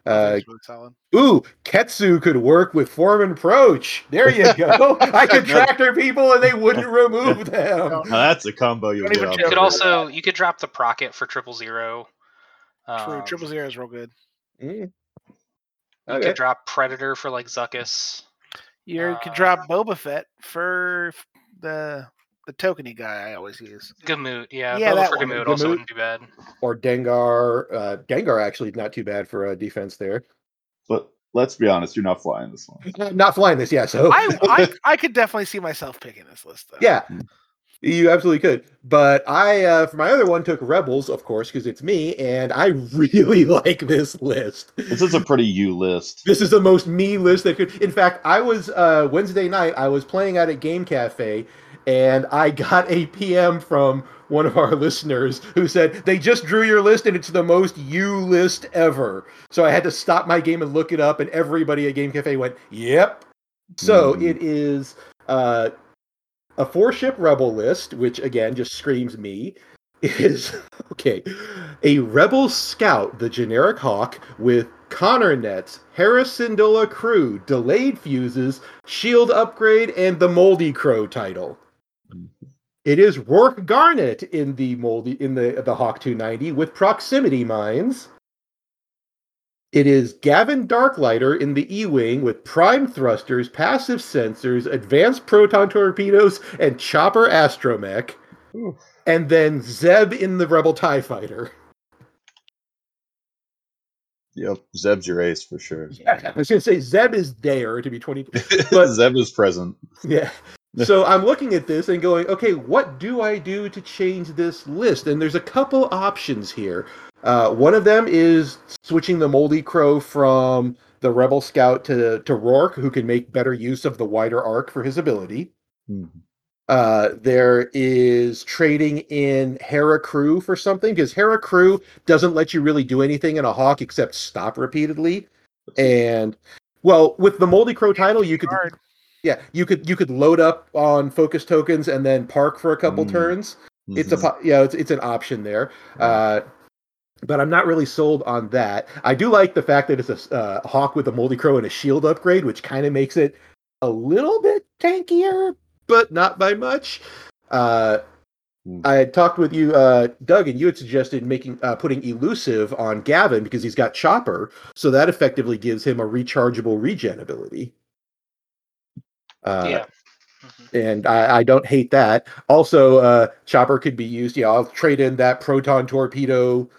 B: Uh,
D: That's really solid.
B: ooh, Ketsu could work with Foreman Proach. There you go. I could tractor people and they wouldn't remove them.
E: Now that's a combo you'll
D: Don't
E: get
D: even
E: off
D: joke
C: You could
E: the
D: about
E: wrist.
C: also you could drop the Procket for triple zero.
D: True.
C: Um,
D: Triple zero is real good.
B: Mm.
C: You
B: Okay.
C: could drop Predator for like Zuckus.
D: You could
C: Uh,
D: drop Boba Fett for f- the the tokeny guy I always use.
C: Gamoot, yeah,
D: Yeah,
C: Boba
D: that
C: for
D: one.
C: Gamoot also
B: Gamoot.
C: wouldn't be bad.
B: Or Dengar. Uh, Dengar actually not too bad for uh, defense there.
E: But let's be honest, you're not flying this one.
B: Not flying this, yeah. So
D: I, I I could definitely see myself picking this list though.
B: Oh. Yeah,
E: Mm.
B: you absolutely could. But I, uh, for my other one, took Rebels, of course, because it's me, and I really like this list.
E: This is a pretty you list.
B: This is the most me list that could. In fact, I was uh, Wednesday night. I was playing out at Game Cafe, and I got a PM from one of our listeners who said they just drew your list, and it's the most you list ever. So I had to stop my game and look it up, and everybody at Game Cafe went, "Yep." So
E: Mhm.
B: it is uh, a four-ship rebel list, which again just screams me. It Is okay. A rebel scout, the generic hawk, with Connor nets, Harris Syndulla crew, delayed fuses, shield upgrade, and the Moldy Crow title. It is Rourke Garnet in the Moldy in the the Hawk 290 with proximity mines. It is Gavin Darklighter in the E-wing with prime thrusters, passive sensors, advanced proton torpedoes, and chopper astromech.
E: Ooh.
B: And then Zeb in the Rebel Tie Fighter.
E: Yep, Zeb's your ace for sure.
B: Yeah, I was gonna say Zeb is there to be twenty. But-
E: Zeb is present.
B: Yeah. So I'm looking at this and going, okay, what do I do to change this list? And there's a couple options here. Uh, one of them is switching the Moldy Crow from the Rebel Scout to, to Rourke, who can make better use of the wider arc for his ability.
E: Mhm.
B: Uh, there is trading in Hera Crew for something because Hera Crew doesn't let you really do anything in a hawk except stop repeatedly. And well, with the Moldy Crow title, you could
D: Hard.
B: yeah, you could you could load up on focus tokens and then park for a couple
E: Mm.
B: turns. It's a
E: Mhm.
B: po- yeah, it's it's an option there. Uh, but I'm not really sold on that. I do like the fact that it's a s- uh, hawk with a moldy crow and a shield upgrade, which kind of makes it a little bit tankier, but not by much. Uh,
E: Hmm.
B: I had talked with you, uh, Doug, and you had suggested making uh, putting elusive on Gavin because he's got chopper, so that effectively gives him a rechargeable regen ability. Uh,
C: yeah. Mhm.
B: and I, I don't hate that. Also, uh, chopper could be used. Yeah, I'll trade in that proton torpedo,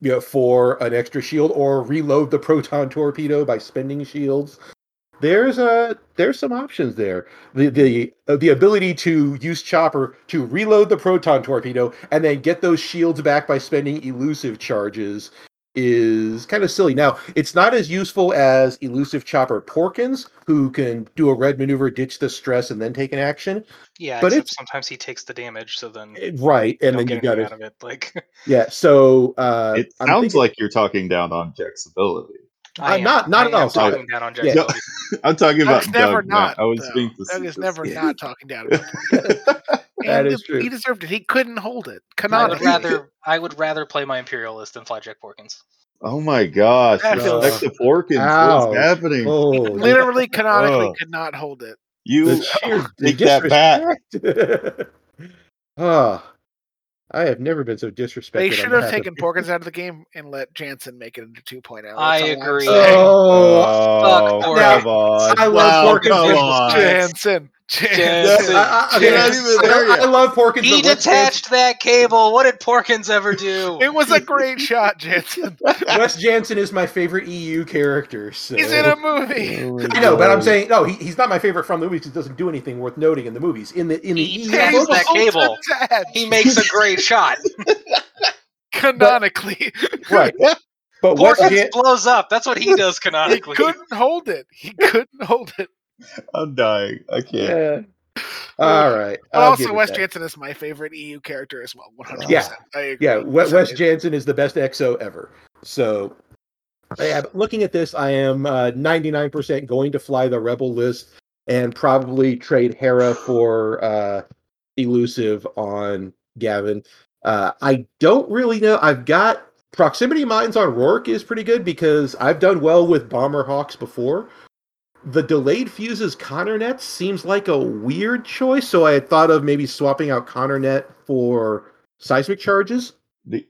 B: you know, for an extra shield, or reload the proton torpedo by spending shields. There's a there's some options there. The the uh, the ability to use chopper to reload the proton torpedo and then get those shields back by spending elusive charges is kind of silly. Now, it's not as useful as elusive chopper Porkins, who can do a red maneuver, ditch the stress, and then take an action.
C: Yeah,
B: but
C: except
B: it's-
C: sometimes he takes the damage, so then you
B: Eh, Right, and then
C: don't get
B: you got
C: anything
B: it.
C: out of it. Like
B: Yeah. So uh,
E: It
B: I'm
E: sounds
B: thinking-
E: like you're talking down on Jack's ability.
C: I
B: I'm
C: am,
B: Uh, not- not
C: I
B: at
C: am
B: all, sorry.
C: talking down on Jack
B: Yeah.
C: Sullivan.
E: I'm talking
D: Doug's
E: about
D: never
E: Doug.
D: not.
E: Not, I was
D: though.
E: being this
D: Doug
E: is
D: is
E: this
D: never
E: kid.
D: not talking down about
B: That
D: And
B: is
D: the-
B: true.
D: He deserved it. He couldn't hold it.
C: I
D: Canonic.
C: would rather I would rather play my Imperialist than fly Jack Porkins.
E: Oh my gosh!
D: That
E: Respect
B: feels-
E: the Porkins.
B: Ouch.
E: What's happening?
D: He
B: Oh,
D: literally canonically
E: Oh.
D: could not hold it.
E: You
B: the sheer
E: take that back.
B: disrespect. Ah, I have never been so disrespected.
D: They
B: on
D: should
B: behalf
D: have
B: of-
D: taken Porkins out of the game and let Jansen make it into 2.0. That's
C: I
D: all I'm
C: agree.
D: saying.
B: Oh,
E: Oh,
C: fuck
B: Now,
E: come on!
B: I love
E: wow,
B: Porkins
E: come
B: versus
E: on!
D: Jansen.
B: I,
D: Jansen.
C: Jansen.
B: I, I,
E: You're
B: mean,
E: not
B: I,
C: Yes.
E: even there
B: I, I
E: yet.
B: love Porkins,
C: He
B: but West
C: detached that cable. What did Porkins ever do?
D: It was a great shot, Jansen.
B: Jansen, Wes Jansen is my favorite EU character. So.
D: He's in a movie.
E: Oh my
B: I know, but I'm
E: God.
B: saying no. He, he's not my favorite from the movies. He doesn't do anything worth noting in the movies. In the in the
C: He
B: EU
C: That's
D: He's
B: books,
C: that cable.
D: attached.
C: He makes a great shot.
D: canonically.
B: right? But Wes
C: Porkins
B: Jan-
C: blows up. That's what he does
D: he
C: canonically.
D: couldn't hold it. He couldn't hold it.
E: I'm dying. I can't.
B: yeah. All right.
D: But
B: I'll give
D: also,
B: it
D: Wes
B: that.
D: Jansen is my favorite EU character as well. 100.
B: Yeah.
D: percent I agree.
B: Yeah,
D: He's
B: Wes, Wes
D: amazing.
B: Jansen is the best EXO ever. So yeah, but looking at this, I am uh, 99% going to fly the Rebel list and probably trade Hera for uh, Elusive on Gavin. Uh, I don't really know. I've got proximity mines on Rourke is pretty good because I've done well with Bomber Hawks before. The delayed fuses Connor Net seems like a weird choice, so I had thought of maybe swapping out Connor Net for seismic charges.
E: the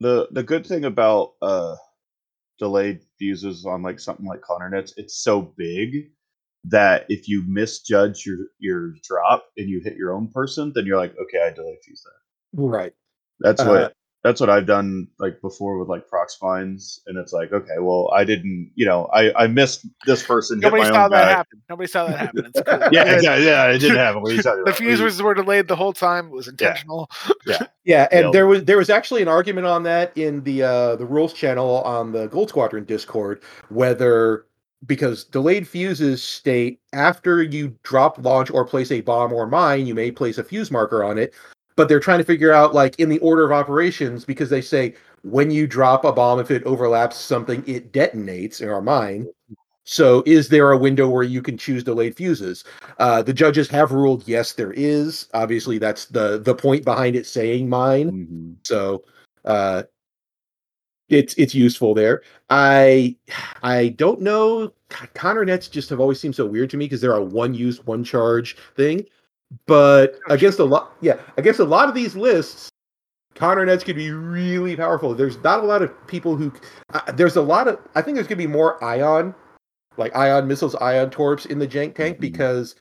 E: the the good thing about uh delayed fuses on like something like Connor nets it's so big that if you misjudge your your drop and you hit your own person then you're like okay I delay fuse that
B: Right.
E: that's
B: Uh,
D: Uh-huh.
E: what that's what I've done like before with like prox finds and it's like okay well I didn't you know I I missed this person hit
D: Nobody
E: my
D: saw
E: own
D: that
E: guy.
D: happen. Nobody saw that happen. It's cool.
E: yeah
D: Good.
E: exactly yeah it didn't happen what are you talking
D: The
E: about We-
D: fusers were delayed the whole time. It was intentional.
B: Yeah, and
E: Yep.
B: there was there was actually an argument on that in the uh, the rules channel on the Gold Squadron Discord whether because delayed fuses state after you drop launch or place a bomb or mine, you may place a fuse marker on it, but they're trying to figure out like in the order of operations because they say when you drop a bomb if it overlaps something it detonates or mine. So is there a window where you can choose delayed fuses? Uh, the judges have ruled yes, there is. Obviously, that's the the point behind it saying mine.
E: Mhm.
B: So uh, it's it's useful there. I I don't know. God, Connor nets just have always seemed so weird to me because they're a one use one charge thing. But against a lot, yeah, against a lot of these lists, Connor nets could be really powerful. There's not a lot of people who. Uh, there's a lot of. I think there's going to be more ion, like ion missiles, ion torps in the jank tank
E: Mhm.
B: because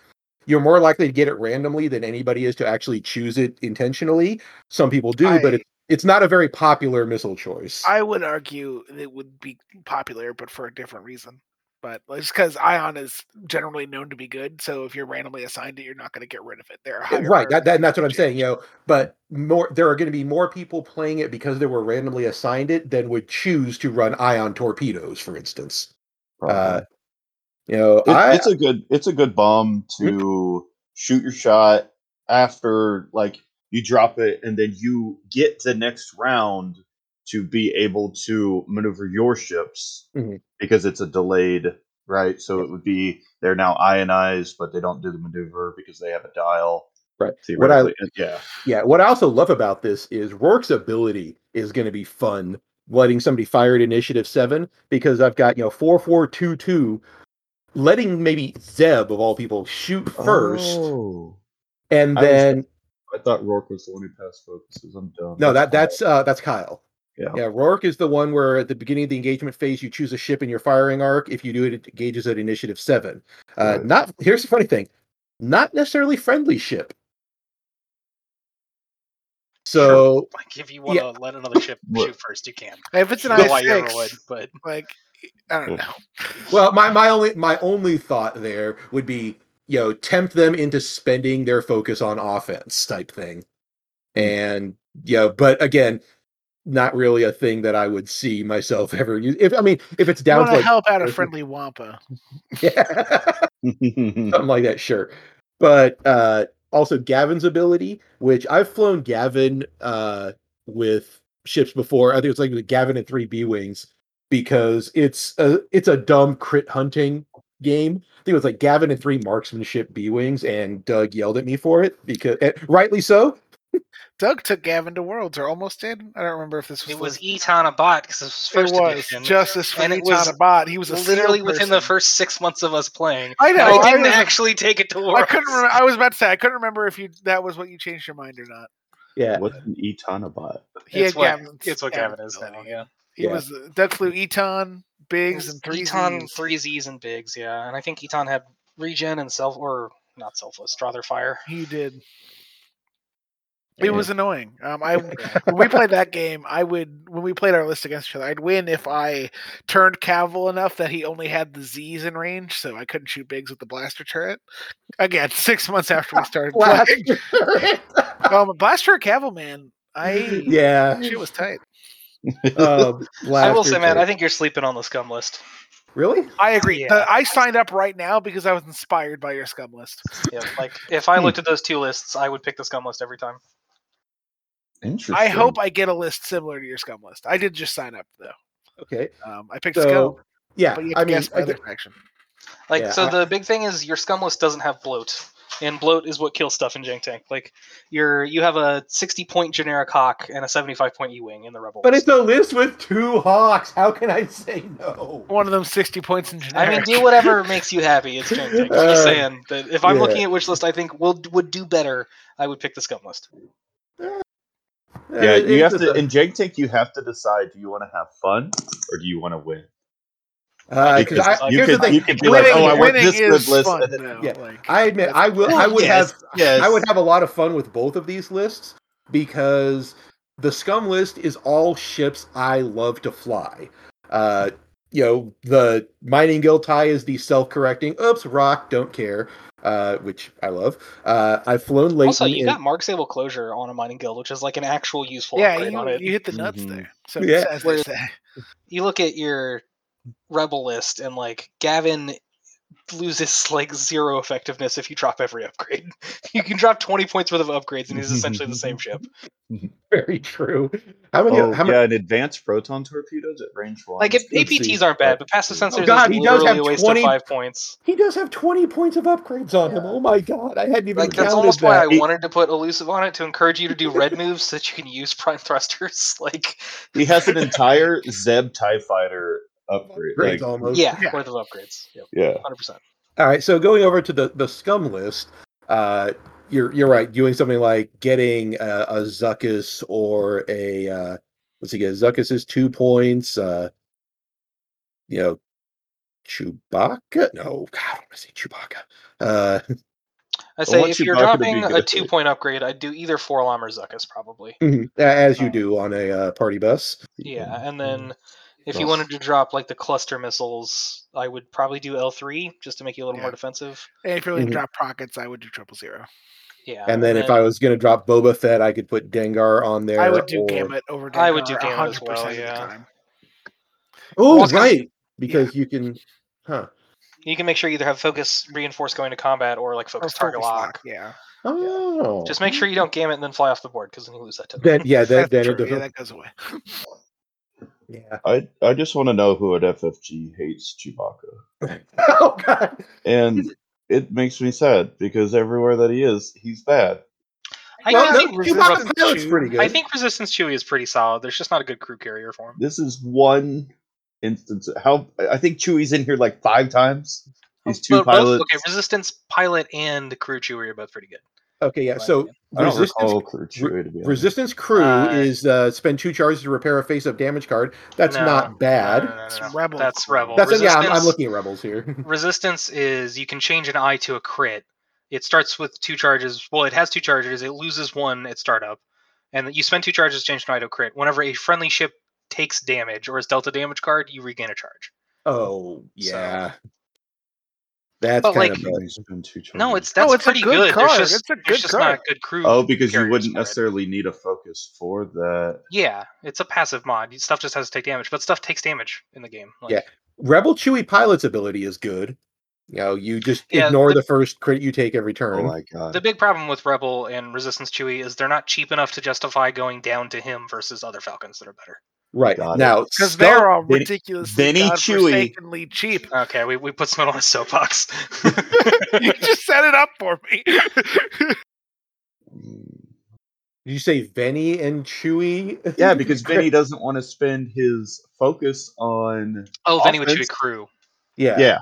B: you're more likely to get it randomly than anybody is to actually choose it intentionally. Some people do, but
D: I-
B: it's it's not a very popular missile choice. Uh,
D: I would argue it would be popular, but for a different reason. But like, it's because Ion is generally known to be good, so if you're randomly assigned it, you're not going to get rid of it. There, are
B: Yeah,
D: higher
B: Eh, right that, that, that's what i'm
D: priorities to
B: saying you know but more there are going to be more people playing it because they were randomly assigned it than would choose to run ion torpedoes for instance Uh,
D: Uh,
E: Probably.
B: you know
E: It,
B: i
E: it's a good it's a good bomb to shoot your shot after like you drop it and then you get the next round to be able to maneuver your ships
B: Mhm.
E: because it's a delayed right so
B: Yeah.
E: it would be they're now ionized but they don't do the maneuver because they have a dial
B: right what i
E: theoretically And- yeah
B: yeah what i also love about this is rourke's ability is going to be fun letting somebody fire at initiative 7 because i've got you know 4422 letting maybe zeb of all people shoot first
E: oh.
B: and
E: I was-
B: then
E: I thought Rourke was the one who passed focuses I'm dumb
B: no that that's uh that's kyle
E: Yeah.
B: yeah rourke is the one where at the beginning of the engagement phase you choose a ship in your firing arc if you do it it engages at initiative seven uh
E: Right.
B: not here's the funny thing not necessarily friendly ship so
C: Like if you want to let another ship
E: What?
C: shoot first, you can.
D: do. If it's an
C: I don't know why
D: I
C: you ever would,
D: six,
C: but
D: like e, I don't know.
B: well my my only my only thought there would be you know tempt them into spending their focus on offense type thing
E: Hmm.
B: and you know but again not really a thing that i would see myself ever use if i mean if it's
D: You
B: down
D: want
B: to
D: to
B: like
D: help out a
B: Perfect.
D: friendly Wampa?
B: yeah
E: yeah
B: something like that, sure. But uh, also Gavin's ability, which I've flown Gavin uh, with ships before. I think it's like with Gavin and three B wings because it's a it's a dumb crit hunting game. I think it was like Gavin and three marksmanship B wings, and Doug yelled at me for it because and rightly so.
D: Doug took Gavin to Worlds, or almost did. I don't remember if this was.
C: it was
D: the-
C: Eton a bot because it was
D: It
C: first
D: was
C: edition.
D: justice for
C: and it
D: Eton
C: was
D: Abad. He was a seal
C: literally within the
D: person.
C: first six months of us playing.
D: I
C: and
D: know, I
C: I didn't
D: was-
C: actually take it to work.
D: I couldn't. Remember, I was about to say I couldn't remember if you that was what you changed your mind or not.
B: Yeah,
E: what's an Etonabot
D: He
C: It's
D: had
C: what,
D: Gavin's-
C: it's what
D: Gavin's
C: Gavin is now.
D: ability.
C: Yeah, E
D: He
B: Yeah.
D: was was Duck flew Eton, Biggs, and three
C: Eton
D: Zs.
C: three Z's and bigs. Yeah, and I think Eton had regen and self or not selfless, rather fire.
D: He did.
B: Yeah.
D: It was annoying. Um, I when we played that game, I would when we played our list against each other, I'd win if I turned Cavill enough that he only had the Z's in range, so I couldn't shoot Biggs with the blaster turret. Again, six months after we started playing, um, blaster turret Cavill man, I
B: yeah.
D: shit was tight.
B: Um,
C: I will say, man,
B: blaster
C: I think you're sleeping on the scum list.
B: really.
D: I agree. Uh,
C: Yeah.
D: The- I signed up right now because I was inspired by your scum list.
C: Yep. Like if
D: Hmm.
C: I looked at those two lists, I would pick the scum list every time.
E: Interesting.
D: I hope I get a list similar to your scum list. I did just sign up though.
B: Okay.
D: Um, I picked
B: So
D: Scum,
B: yeah,
D: but you have to
B: I mean,
D: guess my
B: I-
D: other faction.
C: Like
B: Yeah,
C: so,
B: I-
C: the big thing is your scum list doesn't have bloat, and bloat is what kills stuff in Jank Tank. Like you're you have a sixty point generic hawk and a seventy five point E wing in the rebel.
B: but
C: list.
B: it's a list with two hawks. How can I say no?
D: One of them sixty points in
C: I
D: generic.
C: mean, do whatever makes you happy. It's Jank Tank. I'm just
B: Uh,
C: saying that if I'm
B: yeah.
C: looking at which list I think will would do better, I would pick the scum list.
E: Yeah,
B: It- Uh,
E: you
B: it's
E: have
B: just
E: to
B: a-
E: in Jank Tank. You have to decide: do you want to have fun or do you want to win?
B: Uh, 'cause
E: Because
B: I,
E: you
B: here's
E: could
B: the thing.
E: you could be
B: Winning-
E: like, oh, I want
D: winning
E: this
D: is
E: good list.
D: fun,
E: and then-
D: though.
B: yeah,
D: Like,
B: I admit,
D: that's
B: I will.
D: fun.
B: I would
E: yes,
B: have.
E: yes.
B: I would have a lot of fun with both of these lists because the scum list is all ships I love to fly. Uh, you know, the mining guild tie is the self-correcting. Oops, rock, don't care. Uh, which I love. Uh, I've flown lately.
C: Also, you
B: and-
C: got Mark Sable closure on a mining guild, which is like an actual useful
D: yeah,
C: upgrade on
D: you,
C: it.
D: you hit the nuts
E: Mhm.
D: there. So
B: Mm-hmm. Yeah.
D: as they
C: Where-
D: say.
C: you look at your rebel list and like Gavin loses like zero effectiveness if you drop every upgrade. you can drop 20 points worth of upgrades and he's essentially the same ship.
B: very true. How many?
E: Oh
B: how many?
E: yeah, an advanced proton torpedoes at range one.
C: Like if
B: Let's
C: APTs
B: see.
C: aren't bad, but passive
E: Oh,
C: sensors
B: God,
C: is
B: he does
C: literally
B: have
C: a waste
B: 20
C: of five points.
B: He does have twenty points of upgrades on him.
E: Yeah.
B: Oh my god! I hadn't even
C: Like that's
B: counted
C: almost
B: that.
C: why I
E: He-
C: wanted to put elusive on it to encourage you to do red moves so that you can use prime thrusters. Like
E: he has an entire Zeb Tie Fighter upgrade.
B: Upgrades
E: Like,
B: almost.
C: yeah,
D: Yeah.
C: worth of upgrades. Yep,
E: yeah,
C: 100%.
B: All right, so going over to the the scum list, uh, you're you're right. Doing something like getting a, a Zuckus or a uh, let's see, get Zuckus is two points. Uh, you know, Chewbacca. No, God, I want to say Chewbacca. Uh,
C: I say
E: want
C: if you're
E: Chewbacca to be
C: dropping a
E: good.
C: two point upgrade, I'd do either Forlom or Zuckus probably.
B: as you
C: Um,
B: do on a uh, party bus.
C: Yeah, and then if you
E: Ross.
C: wanted to drop like the cluster missiles, I would probably do L three just to make you a little
D: Yeah.
C: more defensive.
D: And if you're going
B: Mhm.
D: to drop rockets, I would do triple zero.
C: Yeah,
B: And then if I was going to drop Boba Fett, I could put Dengar on there.
D: I would do
B: or-
D: Gamut over Dengar
C: I would do Gamut as
D: 100%
C: well,
D: of the
C: yeah.
D: time.
B: Oh,
C: Well, it's 'cause-
B: right, because you can. Huh.
C: you can make sure you either have focus reinforce going to combat or like
D: Or
C: focus target
D: focus
C: lock.
D: lock, yeah.
B: Oh.
C: Just make sure you don't game it and then fly off the board because then you lose that token.
B: Then yeah, then,
D: That's
B: then it
D: true.
B: doesn't.
D: Yeah, that goes away.
B: Yeah.
E: I I just want to know who at FFG hates Chewbacca,
B: oh god.
E: and it makes me sad because everywhere that he is, he's bad.
C: I,
B: well,
C: think,
B: no, Chewbacca
D: Resistance
B: pilot's
D: Chew.
B: pretty good.
C: I think Resistance Chewy is pretty solid. There's just not a good crew carrier for him.
E: This is one instance. of How I think Chewie's in here like five times. These two
C: But both,
E: pilots.
C: okay, Resistance pilot and crew chewy are both pretty good.
B: okay, yeah.
C: in my
B: So
C: opinion.
E: I don't
B: resistance
E: recall Crew Chewie to be honest.
B: resistance crew
C: Uh,
B: is uh, spend two charges to repair a face up damage card. That's
C: No,
B: not bad.
C: No, no, no, no,
D: It's
C: no.
D: Rebel
C: That's
D: crew.
C: rebel.
B: That's yeah. I'm, I'm
C: Resistance-
B: looking at rebels here.
C: resistance is you can change an eye to a crit. It starts with two charges. Well, it has two charges. It loses one at startup, and you spend two charges to change an eye to a crit. Whenever a friendly ship takes damage or is dealt a damage card, you regain a charge.
B: oh yeah. That's
C: But,
B: kind
C: like-
B: of bad.
E: He's been two
C: No,
E: charges.
C: it's that's
D: Mm-hmm. it's a
C: pretty
D: good
C: good. There's
D: card.
C: just
D: It's a
C: there's
D: good
C: just
D: card.
C: not good crew.
E: Oh, because you
C: carriers
E: wouldn't
C: for it.
E: necessarily need a focus for that.
C: Yeah, it's a passive mod. Stuff just has to take damage, but stuff takes damage in the game. Like,
B: Yeah. Rebel Chewy pilot's ability is good. You know, you just
C: Yeah,
B: ignore
C: the-
B: the, first crit you take every turn.
E: Oh my god.
C: The big problem with Rebel and Resistance Chewy is they're not cheap enough to justify going down to him versus other Falcons that are better.
B: right
E: Got it.
B: now,
D: Because
B: Stealth-
D: they're all
E: Vinny-
D: ridiculously
E: Vinny Chewy.
D: godforsakenly cheap.
C: Okay, we, we put someone on a soapbox.
D: You just set it up for me.
E: Mm.
B: Did you say Venny and Chewy?
E: Yeah, because Vinny doesn't want to spend his focus on.
C: oh, Venny with Chewy
E: Offense?
C: crew.
B: yeah.
E: Yeah.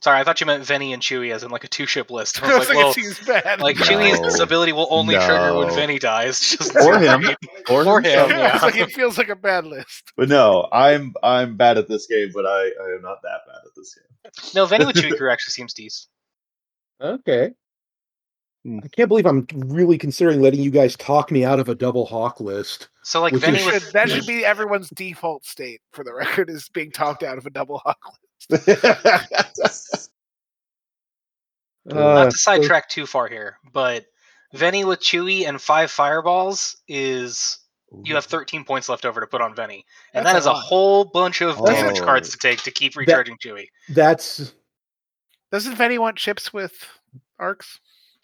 C: Sorry, I thought you meant Venny and Chewy as in like a two ship list. I
D: I
C: was
D: was
C: like,
D: like,
C: well,
D: it seems bad.
C: like
E: No.
C: Chewy's ability will only trigger when
E: No.
C: Venny dies. Just
E: Or him. Or,
C: Or
E: himself.
C: him,
D: I was
C: yeah.
D: like, it feels like a bad list.
E: But no, I'm I'm bad at this game, but I, I am not that bad at this game.
C: No, Venny with Chewy crew actually seems decent.
B: Okay.
E: Hmm.
B: I can't believe I'm really considering letting you guys talk me out of a double hawk list.
C: So like
B: Which
C: Venny
B: is-
C: with
D: Should, that should be everyone's default state, for the record, is being talked out of a double hawk list.
B: Uh,
C: not to sidetrack too far here, but Venny with Chewy and five fireballs is you have 13 points left over to put on Venny, and
D: That's
C: that
D: a
C: is a
D: lot.
C: whole bunch of
E: That's-
C: damage cards
E: Oh.
C: to take to keep recharging Chewy.
B: that's
D: Doesn't Venny want chips with arcs?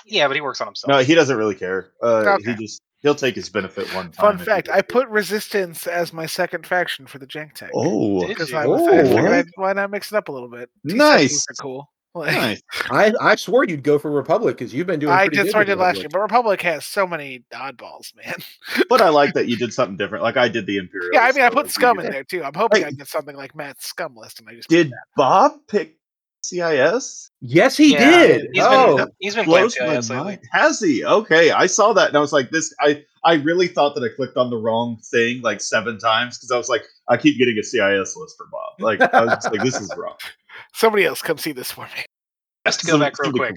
C: Yeah, but he works on himself.
E: no, he doesn't really care. Uh,
D: Okay.
E: He just He'll take his benefit one time.
D: Fun
E: if he
D: fact:
E: gets
D: I
E: it.
D: put Resistance as my second faction for the Jank Tank.
E: Oh,
C: Did
D: because
C: you?
D: I,
E: Oh,
D: I figured
E: what?
D: I'd, why not mix it up a little bit. T70s
E: Nice.
D: are cool. Like,
E: nice.
B: I I swore you'd go for Republic because you've been doing.
D: I
B: pretty
D: did
B: good
D: so I
B: with
D: did last
B: Republic.
D: year, but Republic has so many oddballs, man.
E: But I like that you did something different. Like I did the Imperial.
D: yeah, I mean, I put Scum in there too. I'm hoping
E: Like-
D: I get something like Matt's Scum list, and I just
E: Did Bob pick CIS?
B: Yes, he
C: Yeah,
B: did.
C: He's
B: oh,
C: been he's been playing
E: Blows my
C: CIS lately.
E: mind. Has he? Okay, I saw that and I was like, this. I I really thought that I clicked on the wrong thing like seven times because I was like, I keep getting a CIS list for Bob. Like I was just like, this is wrong.
D: somebody else come see this for me.
C: Just to go back real quick,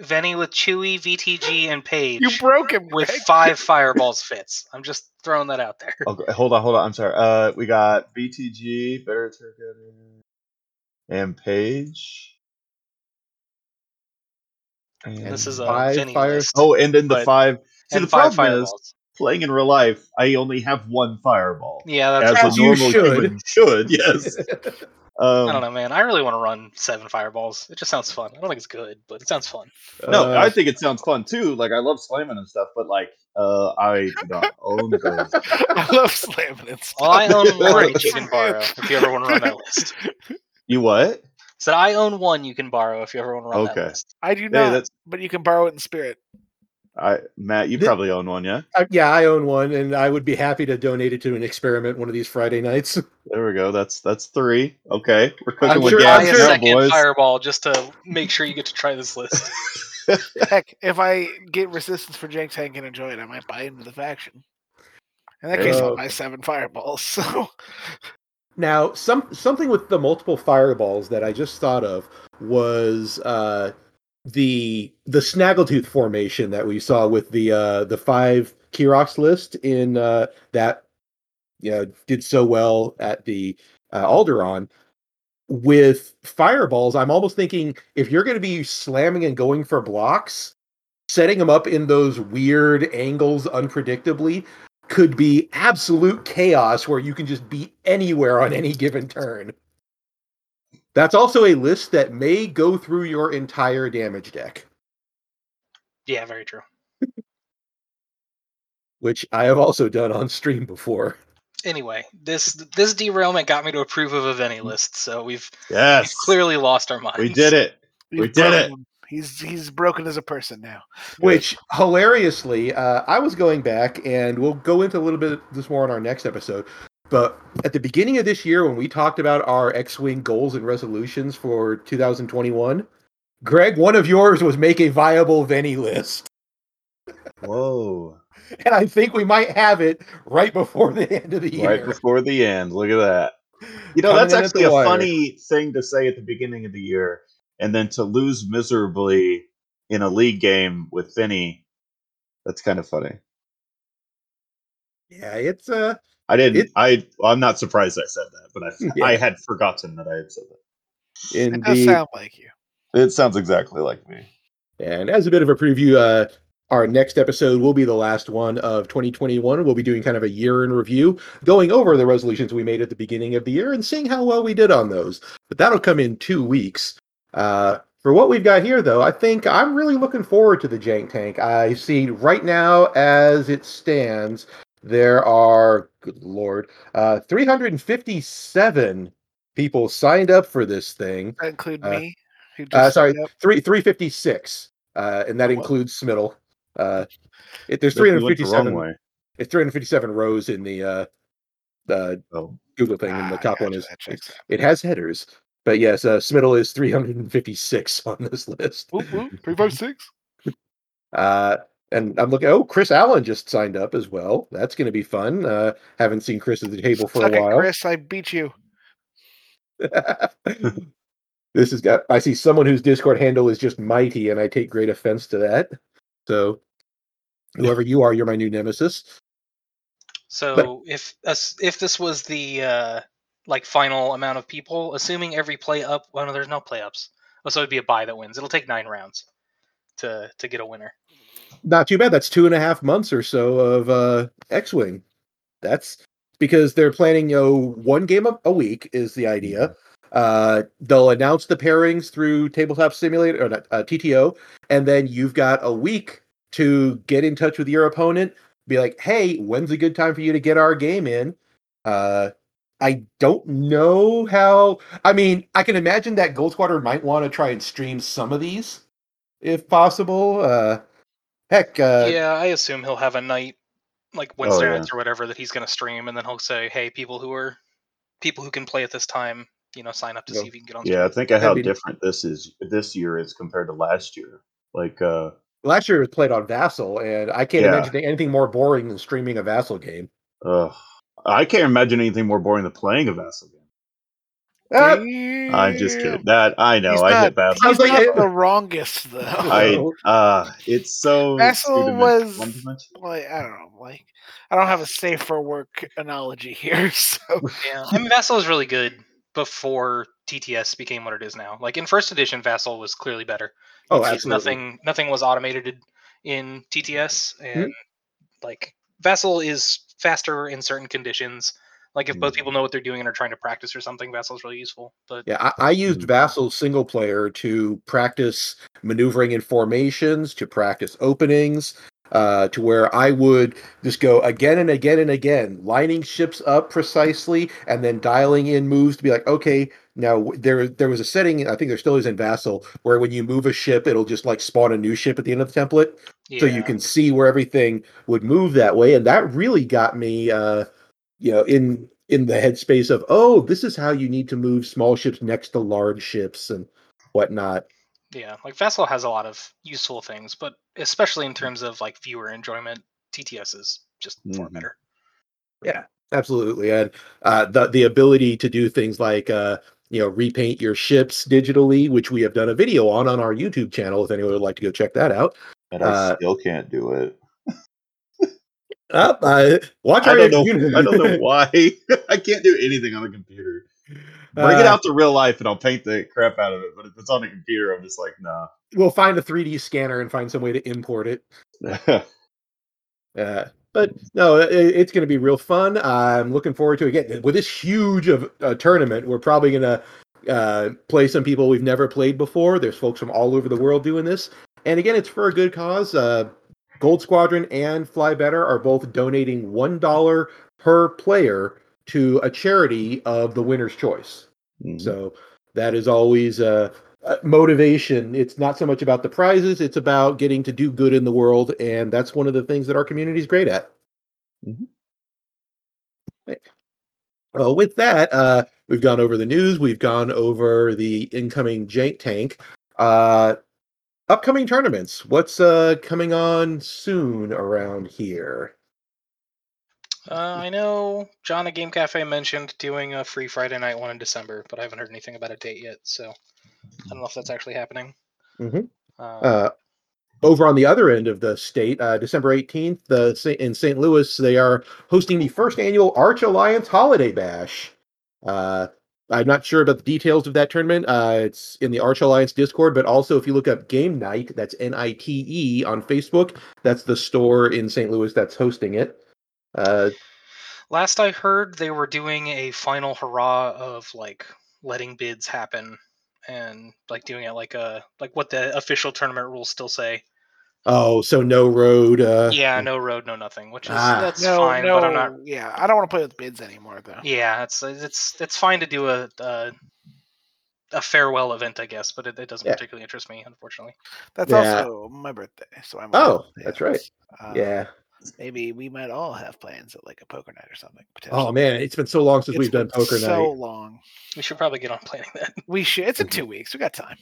C: Venny with Chewy, VTG, and Page
D: You broke him,
C: with
D: Greg.
C: five fireballs fits. I'm just throwing that out there.
E: Okay, hold on, hold on. I'm sorry. Uh, we got BTG, Better Turkey, and Page. And
C: this is a
B: five
C: Venny
B: fire-
C: list.
E: oh, and then the
C: but-
E: five. See,
C: and
E: the
C: five
E: problem is
C: fireballs.
E: playing in real life, I only have one fireball.
C: Yeah, that's
E: As
B: As
E: a
B: you
E: normal
B: should.
E: human should, yes. Um,
C: I don't know, man. I really want to run seven fireballs. It just sounds fun. I don't think it's good, but it sounds fun.
E: No,
B: Uh,
E: I think it sounds fun too. Like I love slamming and stuff, but like uh, I do not own those.
D: I love slamming and stuff.
C: Well, I own one
E: Great.
C: that you can borrow if you ever want to run that list.
E: You what?
C: So I own one you can borrow if you ever want to run
E: Okay.
C: that list.
D: I do
E: Hey,
D: not,
E: that's
D: but you can borrow it in spirit.
E: I Matt. You
B: Th-
E: probably own one, yeah.
B: I- yeah, I own one, and I would be happy to donate it to an experiment one of these Friday ninights.
E: There we go. That's that's three. Okay, we're cooking
B: I'm
E: with
B: sure-
C: Buy
E: gas
C: a
B: sure-
E: now,
C: second
E: boys.
C: fireball just to make sure you get to try this list.
D: Heck, if I get resistance for Jank Tank and enjoy it, I might buy into the faction. In that
E: There you
D: case,
B: go.
D: I'll buy seven fireballs. So
B: Now, some something with the multiple fireballs that I just thought of was uh, the the snaggletooth formation that we saw with the uh, the five Kirox list in uh, that you know did so well at the uh, Alderon. With fireballs, I'm almost thinking if you're going to be slamming and going for blocks, setting them up in those weird angles unpredictably could be absolute chaos where you can just be anywhere on any given turn. That's also a list that may go through your entire damage deck,
C: Yeah, very true.
B: which I have also done on stream before.
C: Anyway, this this derailment got me to approve of a Venny list, so we've, we've
E: Mm. Yes,
C: clearly lost our minds.
E: we did it. We
D: you've
E: did
D: broken
E: it.
D: Him. He's he's broken as a person now.
E: Good.
B: Which hilariously, uh, I was going back, and we'll go into a little bit of this more on our next episode. But at the beginning of this year, when we talked about our X-wing goals and resolutions for 2021, Greg, one of yours was make a viable Venny list.
E: Whoa!
B: and I think we might have it right before the end of the year.
E: Right before the end. Look at that. You know,
B: Coming
E: that's
B: in at
E: actually
B: the
E: a
B: wire.
E: funny thing to say at the beginning of the year, and then to lose miserably in a league game with Finney. That's kind of funny.
B: Yeah, it's uh
E: I didn't.
B: It-
E: I. Well, I'm not surprised I said that, but I.
B: Yeah.
E: I had forgotten that I had said that.
D: It does
B: indeed.
D: sound like you.
E: It sounds exactly like me.
B: and as a bit of a preview, uh our next episode will be the last one of 2021. We'll be doing kind of a year in review, going over the resolutions we made at the beginning of the year and seeing how well we did on those. But that'll come in two weeks. Uh, for what we've got here, though, I think I'm really looking forward to the Jank Tank. I see right now, as it stands, there are, good lord, uh, 357 people signed up for this thing.
D: That include
B: Uh,
D: me, who just
B: Uh, sorry,
D: signed up.
B: three three fifty six, uh, and that
D: Whoa.
B: includes Smiddle. Uh, it, there's
E: Nope,
B: three
E: you
B: hundred
E: went
B: fifty
E: the wrong
B: seven.
E: way.
B: It's three hundred fifty seven rows in the uh, uh,
E: Oh,
B: Google thing, and the
D: Ah,
B: top one
D: gotcha,
B: is
D: that checks
B: it has headers. But yes, uh, Smiddle is three hundred and fifty six on this list.
D: out. Whoop, whoop, three five six.
B: Uh, and I'm looking. Oh, Chris Allen just signed up as well. That's going to be fun. Uh, haven't seen Chris at the table for
D: Suck
B: a
D: it,
B: while.
D: Chris, I beat you.
B: this is got I see someone whose Discord handle is just mighty, and I take great offense to that. So whoever you are, you're my new nemesis.
C: So if us- if this was the uh, like final amount of people, assuming every play up, well, no, there's no play ups. Oh, so it'd be a buy that wins. It'll take nine rounds to to get a winner.
B: Not too bad. That's two and a half months or so of uh X Wing. That's because they're planning, you know, one game a, a week is the idea. Uh, they'll announce the pairings through Tabletop Simulator or not, uh, TTO, and then you've got a week to get in touch with your opponent, be like, hey, when's a good time for you to get our game in? Uh, I don't know how. I mean, I can imagine that Gold Squadron might want to try and stream some of these, if possible. Uh, heck, uh,
C: yeah, I assume he'll have a night like Wednesday
E: Oh, yeah.
C: nights or whatever that he's going to stream, and then he'll say, "Hey, people who are people who can play at this time, you know, sign up to
B: Yeah.
C: see if you can get on."
E: Yeah, I think of how
B: That'd be-
E: different this is this year is compared to last year. Like, uh,
B: last year it was played on Vassal, and I can't
E: Yeah.
B: imagine anything more boring than streaming a Vassal game.
E: ugh, I can't imagine anything more boring than playing a vassal game.
B: Ah,
E: I'm just
D: Damn.
E: kidding. That I know.
D: He's
E: I hit
D: not-
E: vassal.
B: I was
D: He's
B: like,
D: not
B: eh.
D: the wrongest though.
E: I uh, it's so
D: Vassal
E: two-dimen-
D: was-
E: one-dimensional.
D: like I don't know, like I don't have a safe for work analogy here. So
C: Yeah, I mean, Vassal was really good before TTS became what it is now. Like in first edition, Vassal was clearly better.
B: oh,
C: It's
B: absolutely.
C: Nothing, nothing was automated in TTS,
B: Hmm.
C: and like Vassal is faster in certain conditions. Like if both
E: Mhm.
B: Hmm.
C: people know what they're doing and are trying to practice or something, Vassal's really useful. But
B: Yeah, I, I used
E: Mhm.
B: Vassal single player to practice maneuvering in formations, to practice openings, uh, to where I would just go again and again and again, lining ships up precisely, and then dialing in moves to be like, okay, now w- there there was a setting, I think there still is in Vassal, where when you move a ship, it'll just like spawn a new ship at the end of the template,
C: yeah,
B: so you can see where everything would move that way, and that really got me. Uh, you know in in the headspace of oh this is how you need to move small ships next to large ships and whatnot
C: yeah, like Vassal has a lot of useful things, but especially
B: Hmm.
C: in terms of like viewer enjoyment, TTS is just far
B: Hmm.
E: Mhm.
C: better.
B: absolutely and uh the the ability to do things like uh you know repaint your ships digitally which we have done a video on on our youtube channel if anyone would like to go check that out
E: And I
B: Uh,
E: still can't do it.
B: up uh, watch
E: I
B: our
E: don't know.
B: YouTube-
E: I don't know why. I can't do anything on a computer. Bring it
B: Uh,
E: out to real life, and I'll paint the crap out of it. But if it's on a computer, I'm just like, nah.
B: we'll find a 3d scanner and find some way to import it Uh, but no, it, it's going to be real fun. I'm looking forward to it again with this huge of uh, tournament. We're probably going to uh, play some people we've never played before. There's folks from all over the world doing this, and again, it's for a good cause. Uh, Gold Squadron and Fly Better are both donating one dollar per player to a charity of the winner's choice.
E: Mm-hmm.
B: So that is always uh, uh, motivation. It's not so much about the prizes; it's about getting to do good in the world, and that's one of the things that our community is great at.
E: Mhm.
B: Right. Well, with that, uh, we've gone over the news. We've gone over the incoming jank tank. Uh, upcoming tournaments. What's uh, coming on soon around here?
C: Uh, I know John at Game Cafe mentioned doing a free Friday night one in December, but I haven't heard anything about a date yet, so I don't know if that's actually happening.
B: Mhm.
C: Uh,
B: Uh, over on the other end of the state, uh, December 18th the, Sa- in St. Louis, they are hosting the first annual Arch Alliance Holiday Bash. Uh, I'm not sure about the details of that tournament. Uh, it's in the Arch Alliance Discord, but also if you look up Game Night, that's N I T E on Facebook, that's the store in St. Louis that's hosting it. Uh,
C: last I heard, they were doing a final hurrah of like letting bids happen and like doing it like a like what the official tournament rules still say.
B: oh, so no road. Uh,
C: Yeah, no road, no nothing, which is
B: Ah.
C: that's
D: no,
C: fine,
D: no,
C: but I'm not.
D: yeah, I don't want to play with bids anymore though.
C: Yeah, it's it's it's fine to do a a, a farewell event, I guess, but it, it doesn't
B: Yeah.
C: particularly interest me, unfortunately.
D: That's
B: Yeah.
D: also my birthday, so I'm.
B: Oh,
D: on plans.
B: that's right.
D: Uh,
B: Yeah.
D: maybe we might all have plans at like a poker night or something. Potentially.
B: Oh, man, it's been so long since
D: It's
B: we've done
D: been
B: poker
D: so
B: night.
D: long.
C: We should probably get on planning that.
D: We should. It's in two weeks. We got time.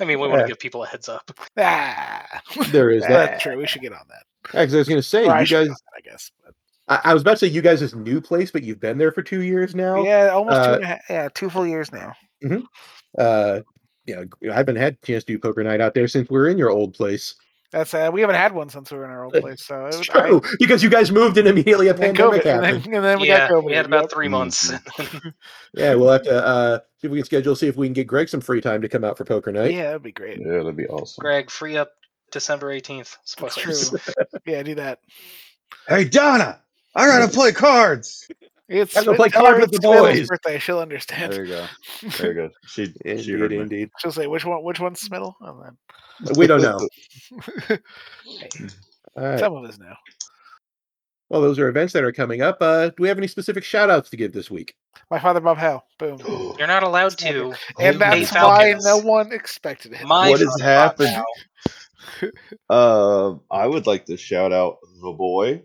C: I mean, we want
B: Yeah.
C: to give people a heads up.
D: Ah,
B: There is
D: that's
B: that.
D: true. We should get on that.
B: Actually, I was going to say,
D: Or I
B: you
D: should
B: guys,
D: get on that, I guess.
B: I, I was about to say you guys this new place, but you've been there for two years
D: But
B: now.
D: yeah, almost two
B: uh,
D: and a half, yeah, two full years now.
B: Uh, yeah, I haven't had a chance to do poker night out there since we were in your old place.
D: That's uh, we haven't had one since we were in our old
B: Uh,
D: place. So it
B: It's
D: was
B: true because you guys moved and immediately a
D: And then
B: pandemic
D: COVID, and
B: happened.
D: then, and then we
C: yeah,
D: got COVID.
C: we had about
D: yep.
C: three months.
E: Mm-hmm.
B: Yeah, we'll have to uh, see if we can schedule, see if we can get Greg some free time to come out for poker night.
D: Yeah, that'd be great.
E: yeah, that'd be awesome.
C: Greg, free up December eighteenth. Spoilers.
D: That's true. yeah, do that.
E: Hey Donna, I gotta play cards.
D: It's
B: Gotta go
D: it-
B: play
D: tell
B: cards
D: her
B: with
D: it's
B: the
D: Smile's
B: boys.
D: birthday. She'll understand.
E: There you go. There you go. She, she
B: Indeed,
E: heard me.
B: indeed.
D: She'll say which one, which one's Oh, Smittle, and
B: We don't know.
D: then
B: All right.
D: some of us know.
B: Well, those are events that are coming up. Uh, do we have any specific shout outs to give this week?
D: My father Bob Hell. Boom.
C: You're not allowed to.
D: And
E: Oh,
D: that's
E: Nate
D: why
C: Falcons.
D: no one expected it.
C: My
E: What has
C: father, Bob
E: happened?
C: Howe.
E: Uh, I would like to shout out the boy.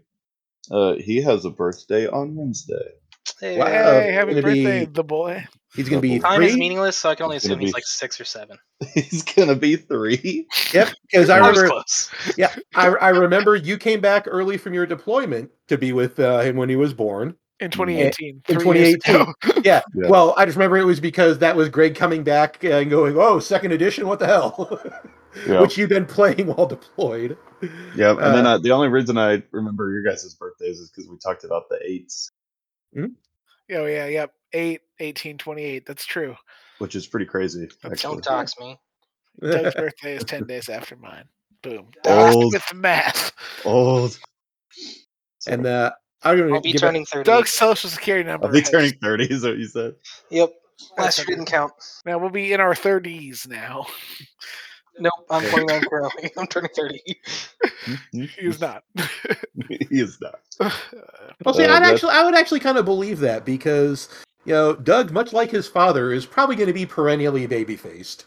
E: Uh, he has a birthday on Wednesday.
C: Hey,
B: Wow.
D: Hey, happy
B: Gonna
D: birthday,
B: be-
D: the boy.
B: He's going to be
C: Time is
B: three.
C: meaningless, so I can only
E: It's gonna
C: assume he's
E: be-
C: like six or seven.
E: He's gonna be three.
B: Yep, because I
C: I was
B: remember.
C: close.
B: Yeah, I, I remember you came back early from your deployment to be with uh, him when he was born.
D: In 2018.
B: In
D: three years ago.
B: Yeah.
E: Yeah.
B: Well, I just remember it was because that was Greg coming back and going, "Oh, second edition, what the hell?"
E: Yeah.
B: Which you've been playing while deployed.
E: Yep. And then
B: Uh,
E: uh, the only reason I remember your guys' birthdays is because we talked about the eights,
D: oh, yeah, yep. 8, 18, 28. That's true.
E: which is pretty crazy.
D: That's
E: actually.
C: Don't dox me.
D: Doug's birthday is 10 days after mine. Boom. Doug's
E: Old.
D: with math.
E: Old. So,
B: and uh, I'm going
C: I'll
B: to
C: be
B: give
C: turning thirty.
D: Doug's social security number.
E: I'll be
D: has-
E: turning thirty. Is what you said?
C: Yep.
D: That's
C: Last year
D: okay.
C: didn't count.
D: Now we'll be in our 30s now.
C: Nope. I'm
E: Yeah.
C: 29 currently. I'm turning 30.
D: He's not.
E: he is not.
B: Well, see,
E: Uh,
B: I'd
E: that's-
B: actually, I would actually kind of believe that because you know, Doug, much like his father, is probably going to be perennially baby faced.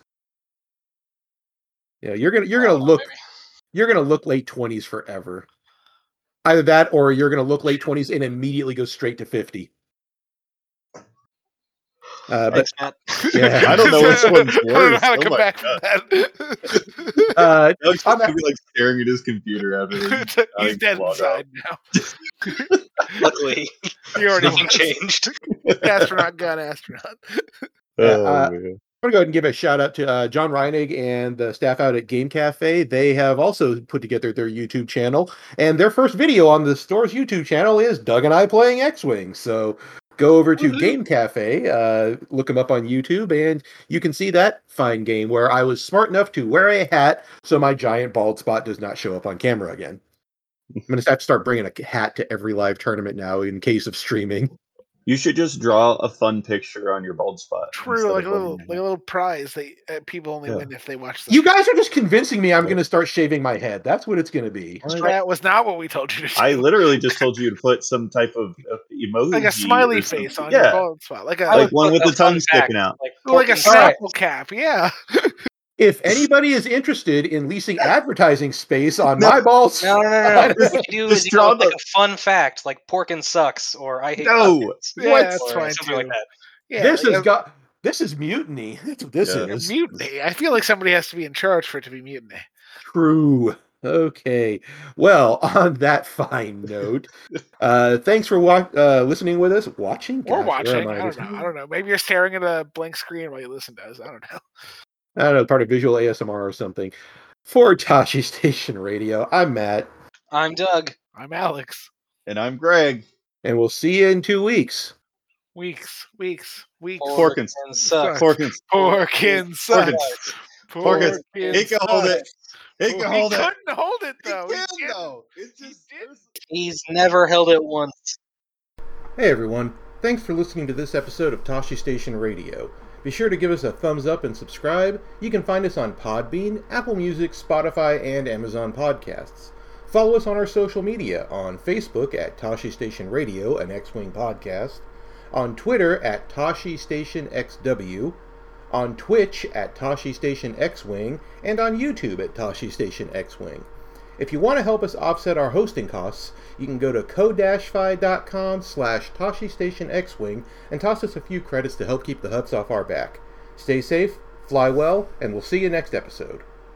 B: Yeah, you're gonna you're
C: I
B: gonna
C: don't know,
B: look
C: Oh, maybe.
B: you're gonna look late twenties forever. Either that, or you're gonna look late twenties and immediately go straight to fifty. Uh, but
C: Thanks, Matt.
B: Yeah.
E: I don't know which one's
D: I don't know
E: worse.
D: how to
E: Oh
D: come
E: my
D: back from that.
B: uh,
E: Doug's
B: I'm
E: just gonna be like staring at his computer after this.
D: He's
E: I
D: dead
E: log
D: inside
C: Luckily,
D: now. He already
C: nothing
D: was.
C: changed.
D: astronaut gun astronaut.
B: Yeah, uh,
E: man.
B: I'm gonna go ahead and give a shout out to uh, John Reinig and the staff out at Game Cafe. They have also put together their YouTube channel, and their first video on the store's YouTube channel is Doug and I playing X-wing. So go over to
C: Woohoo.
B: Game Cafe, uh, look them up on YouTube, and you can see that fine game where I was smart enough to wear a hat so my giant bald spot does not show up on camera again. I'm gonna have to start bringing a hat to every live tournament now in case of streaming.
E: You should just draw a fun picture on your bald spot. instead
D: True,
E: of
D: like a little,
E: wearing
D: like a little prize that uh, people only
E: Yeah.
D: win if they watch. The
B: You guys are just convincing me I'm
E: Yeah.
B: going to start shaving my head. That's what it's going to be.
E: your-
D: that was not what we told you to do.
E: I literally just told you to put some type of uh, emoji,
D: like a smiley
E: or
D: face
E: something.
D: on
E: yeah,
D: your bald spot, like
C: I
D: a
E: like
D: like,
C: would
E: one
C: put
E: with
C: a
E: the tongue
C: fun
E: sticking out.
C: Like,
D: like a
C: porpoise-
B: All right.
D: sample cap. Yeah,
B: If anybody is interested in leasing advertising space on
E: No.
B: my balls,
C: No, no, no, no.
B: Just-
C: What you do
E: just
C: is you go
E: draw
C: with, like
E: the-
C: a fun fact, like Porkin sucks, or I hate
E: No.
C: Pumpkins,
D: Yeah,
C: or
D: that's fine,
C: something like
D: too.
C: that.
D: yeah.
B: this
D: like
B: is
D: a-
B: got this is mutiny. That's what this
E: Yeah.
D: a
B: is.
D: mutiny. I feel like somebody has to be in charge for it to be mutiny.
B: True. Okay. Well, on that fine note, uh, thanks for wa- uh, listening with us, watching,
D: Or
B: Gosh, where am
D: watching. I
B: this
D: don't know. I don't know. Maybe you're staring at a blank screen while you listen to us. I don't know.
B: I don't know, part of visual ASMR or something. For Tashi Station Radio, I'm Matt,
C: I'm Doug.
D: I'm Alex.
E: And I'm Greg.
B: and we'll see you in two weeks.
D: Weeks, weeks, weeks.
E: Or- Porkin
C: sucks.
E: Porkins.
D: Porkin sucks.
C: Sucks.
E: Porkins. He can hold it. He can hold it.
D: couldn't hold it
E: He
D: though.
E: can
D: didn't.
E: though. It's
D: He
E: just.
D: did.
E: there's-
C: He's never held it once.
B: Hey everyone, thanks for listening to this episode of Tashi Station Radio. Be sure to give us a thumbs up and subscribe. You can find us on Podbean, Apple Music, Spotify, and Amazon Podcasts. Follow us on our social media on Facebook at Tashi Station Radio, an X Wing podcast, on Twitter at Tashi Station XW, on Twitch at Tashi Station X Wing, and on YouTube at Tashi Station X Wing. If you want to help us offset our hosting costs, you can go to co-fi.com slash Tashi Station X-Wing and toss us a few credits to help keep the huts off our back. Stay safe, fly well, and we'll see you next episode.